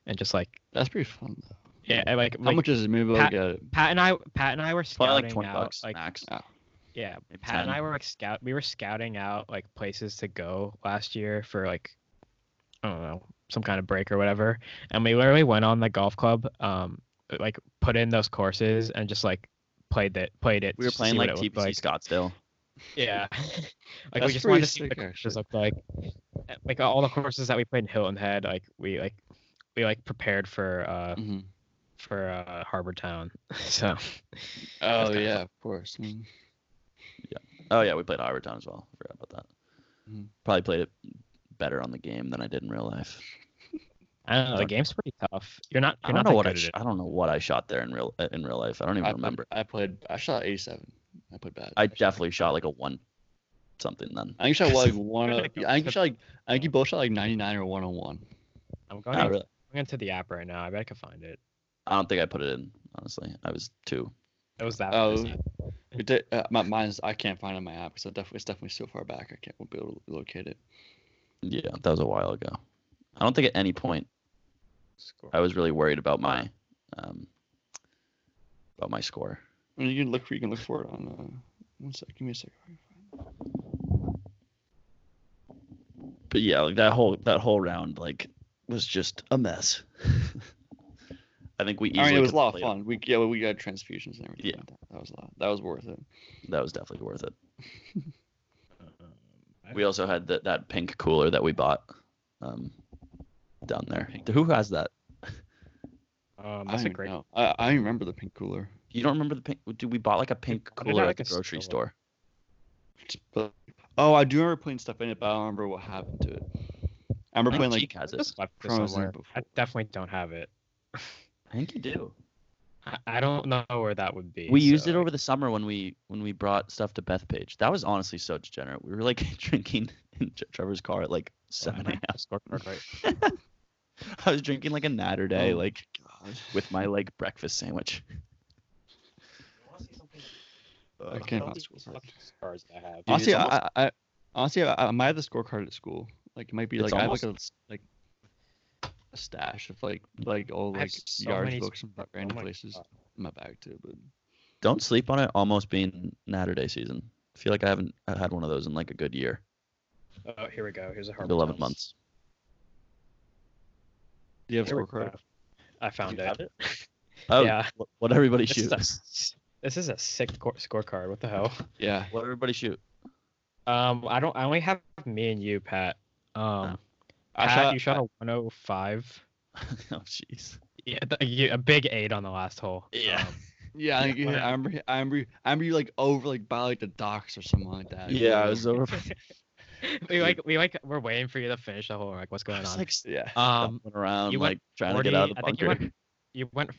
Speaker 3: and just like
Speaker 2: That's pretty fun though.
Speaker 3: yeah, and, like,
Speaker 2: How
Speaker 3: like,
Speaker 2: much is it? Maybe like
Speaker 3: Pat-
Speaker 2: a
Speaker 3: Pat and I Pat and I
Speaker 1: Probably
Speaker 3: were scouting
Speaker 1: like twenty
Speaker 3: out
Speaker 1: bucks
Speaker 3: like
Speaker 1: max.
Speaker 3: Yeah,
Speaker 1: Maybe
Speaker 3: Pat and
Speaker 1: 10.
Speaker 3: I were like scout. We were scouting out like places to go last year for like I don't know some kind of break or whatever, and we literally went on the golf club, um, like put in those courses and just like played it, played it.
Speaker 1: We were
Speaker 3: to see
Speaker 1: playing
Speaker 3: what
Speaker 1: like
Speaker 3: it looked
Speaker 1: TBC
Speaker 3: like.
Speaker 1: Scottsdale.
Speaker 3: Yeah, [LAUGHS] like
Speaker 2: That's
Speaker 3: we just wanted
Speaker 2: pretty
Speaker 3: to see what
Speaker 2: sick,
Speaker 3: the courses
Speaker 2: actually.
Speaker 3: looked like. Uh, Like all the courses that we played in Hilton Head, like we like we like prepared for uh
Speaker 2: Mhm.
Speaker 3: for uh Harbor Town. [LAUGHS] So
Speaker 2: Oh
Speaker 3: kinda
Speaker 2: yeah, of course. Mm.
Speaker 1: Oh yeah, we played Harbor Town as well. I forgot about that.
Speaker 3: Mm-hmm.
Speaker 2: Mhm.
Speaker 1: Probably played it better on the game than I did in real life.
Speaker 3: I don't know. The
Speaker 1: Don't-
Speaker 3: game's pretty tough. You're not.
Speaker 1: I
Speaker 3: You're
Speaker 1: don't
Speaker 3: not
Speaker 1: know
Speaker 3: that
Speaker 1: what I,
Speaker 3: good at
Speaker 1: sh-
Speaker 3: it.
Speaker 1: I don't know what I shot there in real in real life. I don't even
Speaker 2: I
Speaker 1: remember.
Speaker 2: Played, I played. I shot 87. I played bad.
Speaker 1: I definitely shot like a one something then.
Speaker 2: I think you shot like one.
Speaker 3: You're
Speaker 2: Of,
Speaker 3: gonna go
Speaker 2: I think you
Speaker 3: to-
Speaker 2: shot like. I think you both shot like 99 or 101.
Speaker 3: I'm going.
Speaker 1: Oh,
Speaker 3: to-
Speaker 1: really?
Speaker 3: I'm into the app right now. I bet I could find it.
Speaker 1: I don't think I put it in honestly. I was two.
Speaker 3: It was that.
Speaker 2: Oh,
Speaker 3: busy.
Speaker 2: It did, uh, my, mine's. I can't find it on my app because def- it's definitely so far back. I can't won't be able to locate it.
Speaker 1: Yeah, that was a while ago. I don't think at any point I was really worried about my um about my score.
Speaker 2: I mean, you can look. for You can look for it on. Uh, one sec. Give me a second.
Speaker 1: But yeah, like that whole that whole round like was just a mess. [LAUGHS] I think we easily
Speaker 2: I mean, it was a
Speaker 1: could've
Speaker 2: lot of
Speaker 1: played
Speaker 2: fun. We yeah, we got transfusions and everything.
Speaker 1: Yeah.
Speaker 2: like that. that was a lot. That was worth it.
Speaker 1: That was definitely worth it.
Speaker 3: Um,
Speaker 1: We also had that that pink cooler that we bought um, down there. Who has that?
Speaker 3: um,
Speaker 2: I
Speaker 3: that's a
Speaker 2: don't
Speaker 3: great.
Speaker 2: know. I, I remember the pink cooler.
Speaker 1: You don't remember the pink? Dude, we bought like a pink
Speaker 3: bought it at,
Speaker 1: cooler at
Speaker 3: like,
Speaker 1: the
Speaker 3: a
Speaker 1: grocery
Speaker 3: store.
Speaker 1: store.
Speaker 2: But- oh, I do remember putting stuff in it, but I don't remember what happened to it. I remember
Speaker 1: I
Speaker 2: playing
Speaker 1: think
Speaker 2: like
Speaker 1: Cheek has
Speaker 3: I
Speaker 1: it.
Speaker 3: just left this
Speaker 2: Frozen
Speaker 3: somewhere. I
Speaker 2: before.
Speaker 3: definitely don't have it.
Speaker 1: I think you do.
Speaker 3: I, I don't know where that would be.
Speaker 1: We used
Speaker 3: so,
Speaker 1: it
Speaker 2: uh,
Speaker 3: like,
Speaker 1: over the summer when we when we brought stuff to Bethpage. That was honestly so degenerate. We were like [LAUGHS] drinking in Tre- Trevor's car at like seven
Speaker 3: Uh-huh.
Speaker 1: a.m.
Speaker 3: scorecard, right?
Speaker 1: [LAUGHS] I was drinking like a natter day,
Speaker 2: Oh.
Speaker 1: like
Speaker 2: God.
Speaker 1: with my like breakfast sandwich. [LAUGHS]
Speaker 2: I
Speaker 1: Ugh.
Speaker 2: can't
Speaker 3: all
Speaker 2: find
Speaker 3: these
Speaker 2: school side.
Speaker 3: fucking scars I have.
Speaker 1: Dude,
Speaker 2: Honestly,
Speaker 1: it's almost-
Speaker 2: I, I, I honestly I, I might have the scorecard at school. Like it might be
Speaker 1: It's
Speaker 2: like I have like a s- like a stash of like like all
Speaker 3: I have
Speaker 2: like
Speaker 3: so
Speaker 2: yard
Speaker 3: many
Speaker 2: books from
Speaker 3: scores. Oh
Speaker 2: random
Speaker 3: my
Speaker 2: places
Speaker 3: God.
Speaker 2: in my bag too. But
Speaker 1: Don't sleep on it. Almost being natter day season. I feel like I haven't had one of those in like a good year,
Speaker 3: Oh, here we go. Here's a
Speaker 1: like
Speaker 3: hard.
Speaker 1: eleven months.
Speaker 2: Do you have
Speaker 3: Here we
Speaker 2: scorecard?
Speaker 3: I found
Speaker 1: You
Speaker 3: it.
Speaker 1: have Oh, [LAUGHS]
Speaker 3: yeah.
Speaker 1: wh- what everybody
Speaker 3: This is,
Speaker 1: shoot.
Speaker 3: a, s- [LAUGHS] this is a sick cor- scorecard. What the hell?
Speaker 2: Yeah.
Speaker 1: What everybody shoot. [LAUGHS]
Speaker 3: Um, I don't. I only have me and you, Pat. Um,
Speaker 2: I
Speaker 3: Pat,
Speaker 2: shot-
Speaker 3: you shot a 105.
Speaker 1: oh, jeez.
Speaker 3: Yeah, th- you, a big eight on the last hole.
Speaker 1: Yeah.
Speaker 3: Um,
Speaker 2: Yeah, [LAUGHS] I, think you hit-
Speaker 3: whatever.
Speaker 2: I remember. I remember. I remember you like over like by like the docks or something like that.
Speaker 1: Yeah, I was
Speaker 3: [LAUGHS]
Speaker 1: over. [LAUGHS]
Speaker 3: Um, we like we like we're waiting for you to finish the hole. We're like, what's going on?
Speaker 2: yeah.
Speaker 3: um,
Speaker 1: Went around
Speaker 3: you
Speaker 1: like
Speaker 3: went
Speaker 1: trying to get out of the
Speaker 3: 40 I think you
Speaker 1: bunker.
Speaker 3: went, you went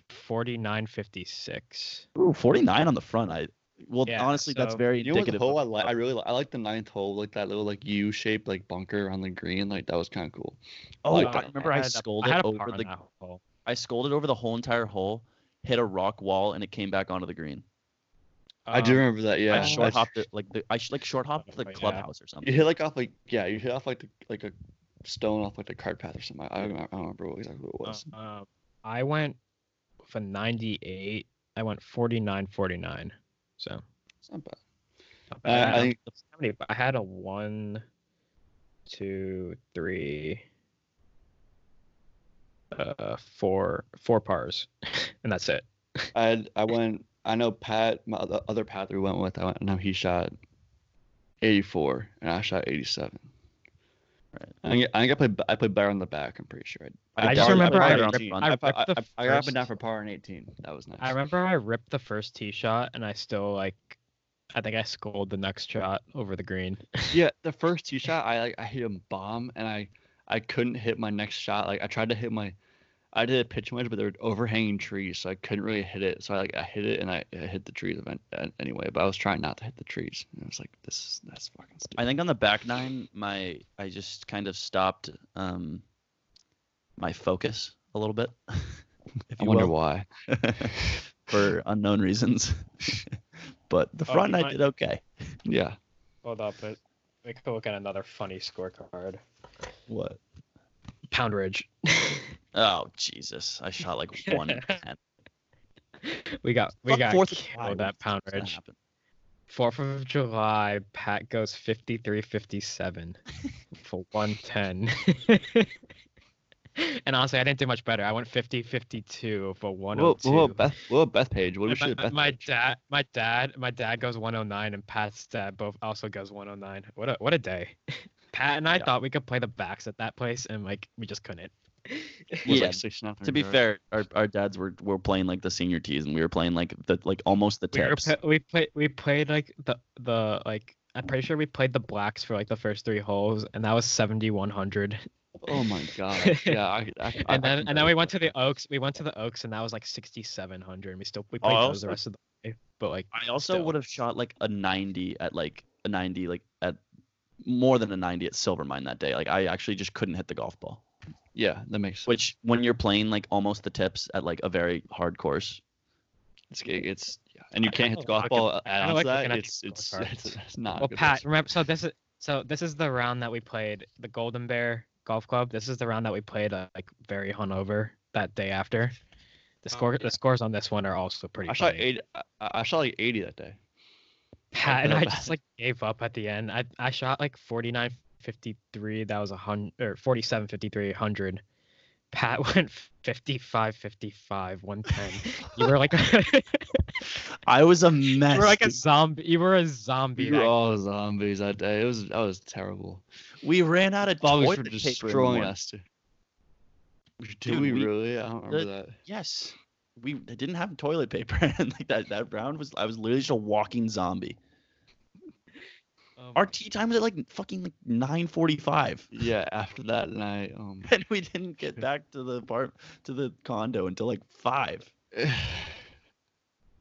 Speaker 3: 49.56.
Speaker 1: Ooh, 49 on the front. I well,
Speaker 3: Yeah,
Speaker 1: honestly, that's
Speaker 3: so-
Speaker 1: very
Speaker 2: You know what
Speaker 1: indicative.
Speaker 2: hole I
Speaker 1: of-
Speaker 2: like? I really li- I like the ninth hole, like that little like U shaped like bunker on the green. Like that was kind of cool.
Speaker 1: oh,
Speaker 2: like
Speaker 1: I
Speaker 2: that.
Speaker 1: remember I,
Speaker 3: had a-
Speaker 1: scolded
Speaker 3: had a
Speaker 1: over
Speaker 3: par on
Speaker 1: the
Speaker 3: that hole.
Speaker 1: I scolded over the whole entire hole, hit a rock wall, and it came back onto the green.
Speaker 2: I do
Speaker 3: Um,
Speaker 2: remember that. Yeah.
Speaker 1: Uh, I short
Speaker 2: That's-
Speaker 1: hopped it like the, I sh- like short hopped the
Speaker 3: Oh, yeah.
Speaker 1: clubhouse or
Speaker 2: You
Speaker 1: something.
Speaker 2: hit like off like yeah. You hit off like the, like a stone off like the cart path or something. I don't, I don't remember what exactly what it was.
Speaker 3: Um, I went for 98. I went 49 49. So
Speaker 2: It's not bad. Uh,
Speaker 3: not
Speaker 2: I
Speaker 3: bad.
Speaker 2: think-
Speaker 3: How many- I had a one, two, three, uh, four, four pars, [LAUGHS] and that's it.
Speaker 2: I had, I went. I know Pat, my the other Pat that we went with. I went. I know he shot eighty four, and I shot eighty seven.
Speaker 1: Right.
Speaker 2: I think I, think I played. I played better on the back. I'm pretty sure.
Speaker 3: I
Speaker 1: I
Speaker 3: just
Speaker 1: barred-
Speaker 3: remember
Speaker 1: I
Speaker 3: I
Speaker 1: barred on
Speaker 3: ripped,
Speaker 1: the front.
Speaker 3: I,
Speaker 2: I,
Speaker 3: ripped
Speaker 2: I,
Speaker 3: the
Speaker 2: I, I got up and down
Speaker 3: first-
Speaker 2: for par in 18. That was nice.
Speaker 3: I remember I ripped the first tee shot, and I still like. I think I scolded the next shot over the green.
Speaker 2: Yeah, the first tee shot, I like I hit him bomb, and I I couldn't hit my next shot. Like I tried to hit my, I did a pitch wedge, but there were overhanging trees, so I couldn't really hit it. So I like I hit it, and I, I hit the trees event, uh, anyway. But I was trying not to hit the trees. And I was like, this is that's fucking stupid.
Speaker 1: I think on the back nine, my I just kind of stopped um, my focus a little bit. [LAUGHS] if
Speaker 2: I
Speaker 1: you
Speaker 2: wonder
Speaker 1: will,
Speaker 2: why.
Speaker 1: for unknown reasons. [LAUGHS] but the
Speaker 3: Oh,
Speaker 1: front
Speaker 3: you
Speaker 1: nine
Speaker 3: might-
Speaker 1: did okay.
Speaker 2: Yeah,
Speaker 3: Hold up, but we could look at another funny scorecard.
Speaker 1: What?
Speaker 3: Pound Ridge.
Speaker 1: Oh Jesus! I shot [LAUGHS] like one. in 10.
Speaker 3: We got we
Speaker 1: Fuck,
Speaker 3: got
Speaker 1: fourth
Speaker 3: fourth
Speaker 1: of July
Speaker 3: killed at Pound
Speaker 1: It's gonna
Speaker 3: Ridge.
Speaker 1: happen.
Speaker 3: Fourth of July, Pat
Speaker 1: [LAUGHS]
Speaker 3: goes 53-57 for 110. [LAUGHS] and honestly, I didn't do much better. I went 50-52 for
Speaker 2: whoa,
Speaker 3: 102.
Speaker 2: whoa, Beth, whoa, Beth Page. What do we
Speaker 3: And
Speaker 2: shoot? at
Speaker 3: my,
Speaker 2: Beth
Speaker 3: my
Speaker 2: Page?
Speaker 3: dad, my dad, my dad goes 109, and Pat's dad both also goes 109. What a what a day! [LAUGHS] Pat and I
Speaker 1: Yeah.
Speaker 3: thought we could play the backs at that place, and like we just couldn't.
Speaker 2: Was,
Speaker 1: Yeah,
Speaker 2: like, six nothing
Speaker 1: To be
Speaker 2: or-
Speaker 1: fair, our, our dads were were playing like the senior tees, and we were playing like the like almost the
Speaker 3: we, were,
Speaker 1: tips.
Speaker 3: pa- we played we played like the the like I'm pretty sure we played the blacks for like the first three holes and that was 7100
Speaker 2: Oh my
Speaker 3: [LAUGHS]
Speaker 2: god. Yeah, I, I, I- I
Speaker 3: and then
Speaker 2: can
Speaker 3: and then we
Speaker 2: barely-
Speaker 3: went to the oaks we went to the oaks and that was like 6700 and we still we played
Speaker 1: Oh,
Speaker 3: those
Speaker 1: also-
Speaker 3: the rest of the way but like
Speaker 1: I also
Speaker 3: still.
Speaker 1: would have shot like a 90 at like a 90 like at more than a 90 at Silvermine that day. Like I actually just couldn't hit the golf ball.
Speaker 2: Yeah, that makes sense.
Speaker 1: Which when you're playing like almost the tips at like a very hard course,
Speaker 2: It's, it's yeah. and you
Speaker 3: I- I
Speaker 2: can't hit the
Speaker 3: don't
Speaker 2: golf
Speaker 3: like it.
Speaker 2: ball.
Speaker 3: I
Speaker 2: Add
Speaker 3: don't
Speaker 2: on to
Speaker 3: like
Speaker 2: that.
Speaker 3: looking at
Speaker 2: It's
Speaker 3: these
Speaker 2: it's,
Speaker 3: scorecards.
Speaker 2: it's it's not. a
Speaker 3: well
Speaker 2: good
Speaker 3: Pat
Speaker 2: answer.
Speaker 3: remember so this is so this is the round that we played the Golden Bear Golf Club this is the round that we played uh, like very hungover that day after the
Speaker 2: Oh,
Speaker 3: score
Speaker 2: yeah.
Speaker 3: the scores on this one are also pretty
Speaker 2: I shot
Speaker 3: funny.
Speaker 2: eight. I, I shot like eighty that day.
Speaker 3: Pat
Speaker 1: feel
Speaker 3: and I
Speaker 1: bad.
Speaker 3: just like gave up at the end. I I shot like 49 53. That was a hundred or 47 53 100. Pat [LAUGHS] went 55 55 110. You were like
Speaker 1: I [LAUGHS] was a
Speaker 3: [LAUGHS] you
Speaker 1: mess.
Speaker 3: were like a zombie. You were a zombie.
Speaker 2: We
Speaker 3: that-
Speaker 2: were all zombies that day. It was that was terrible.
Speaker 1: we ran out of
Speaker 2: Zombies
Speaker 1: toilet
Speaker 2: were
Speaker 1: paper in the
Speaker 2: destroying
Speaker 1: morning.
Speaker 2: us. Did
Speaker 1: Dude,
Speaker 2: we,
Speaker 1: we-
Speaker 2: really? I don't remember that.
Speaker 1: Yes, we they didn't have toilet paper, [LAUGHS] and like that that round was I was literally just a walking zombie.
Speaker 3: Oh
Speaker 1: Our
Speaker 3: my-
Speaker 1: tea time was at like fucking like 9:45.
Speaker 2: Yeah, after that night, um,
Speaker 1: [LAUGHS] And [LAUGHS] we didn't get back to the part to the condo until like five. [SIGHS]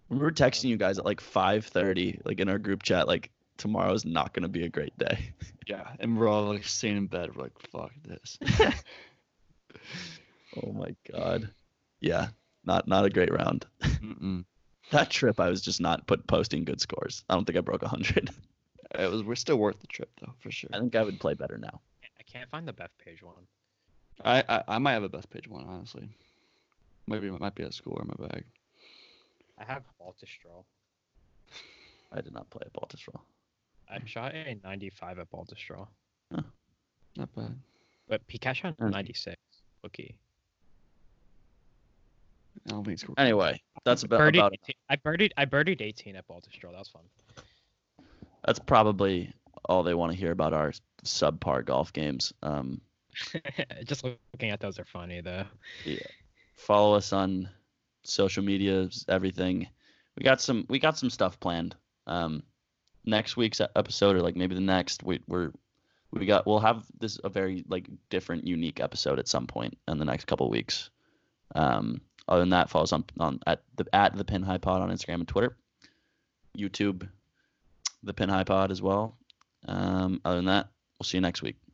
Speaker 1: We were texting you guys at like 5:30, like in our group chat, like tomorrow's not gonna be a great day.
Speaker 2: yeah, and we're all like sitting in bed. We're like, fuck this.
Speaker 1: [LAUGHS] Oh my god. Yeah, not not a great round.
Speaker 2: Mm-mm.
Speaker 1: That trip, I was just not put posting good scores. I don't think I broke 100.
Speaker 2: It was. We're still worth the trip though, for sure.
Speaker 1: [LAUGHS] I think I would play better now.
Speaker 3: I can't find the Beth page one.
Speaker 2: I I, I might have a best page one honestly. Maybe it might be at school or in my bag.
Speaker 3: I have Baltistrol.
Speaker 1: I did not play at Baltusrol.
Speaker 3: I shot a 95 at Baltistrol,
Speaker 2: Not bad.
Speaker 3: but Pikachu shot
Speaker 1: Okay.
Speaker 3: 96. Lucky.
Speaker 2: I don't think it's cool.
Speaker 1: Anyway, that's about,
Speaker 3: birdied
Speaker 1: about
Speaker 3: 18 I birdied I birdied 18 at Baltusrol. That was fun. [LAUGHS]
Speaker 1: that's probably all they want to hear about our subpar golf games. Um,
Speaker 3: Just looking at those are funny though.
Speaker 1: follow us on social media, everything. We got some we got some stuff planned. Um, next week's e-, episode, or like maybe the next, we, we're we got we'll have this a very like different, unique episode at some point in the next couple weeks. Um, other than that, follow us on, on at the at the Pin High Pod on Instagram and Twitter, YouTube, the Pin High Pod as well. Um, other than that, we'll see you next week.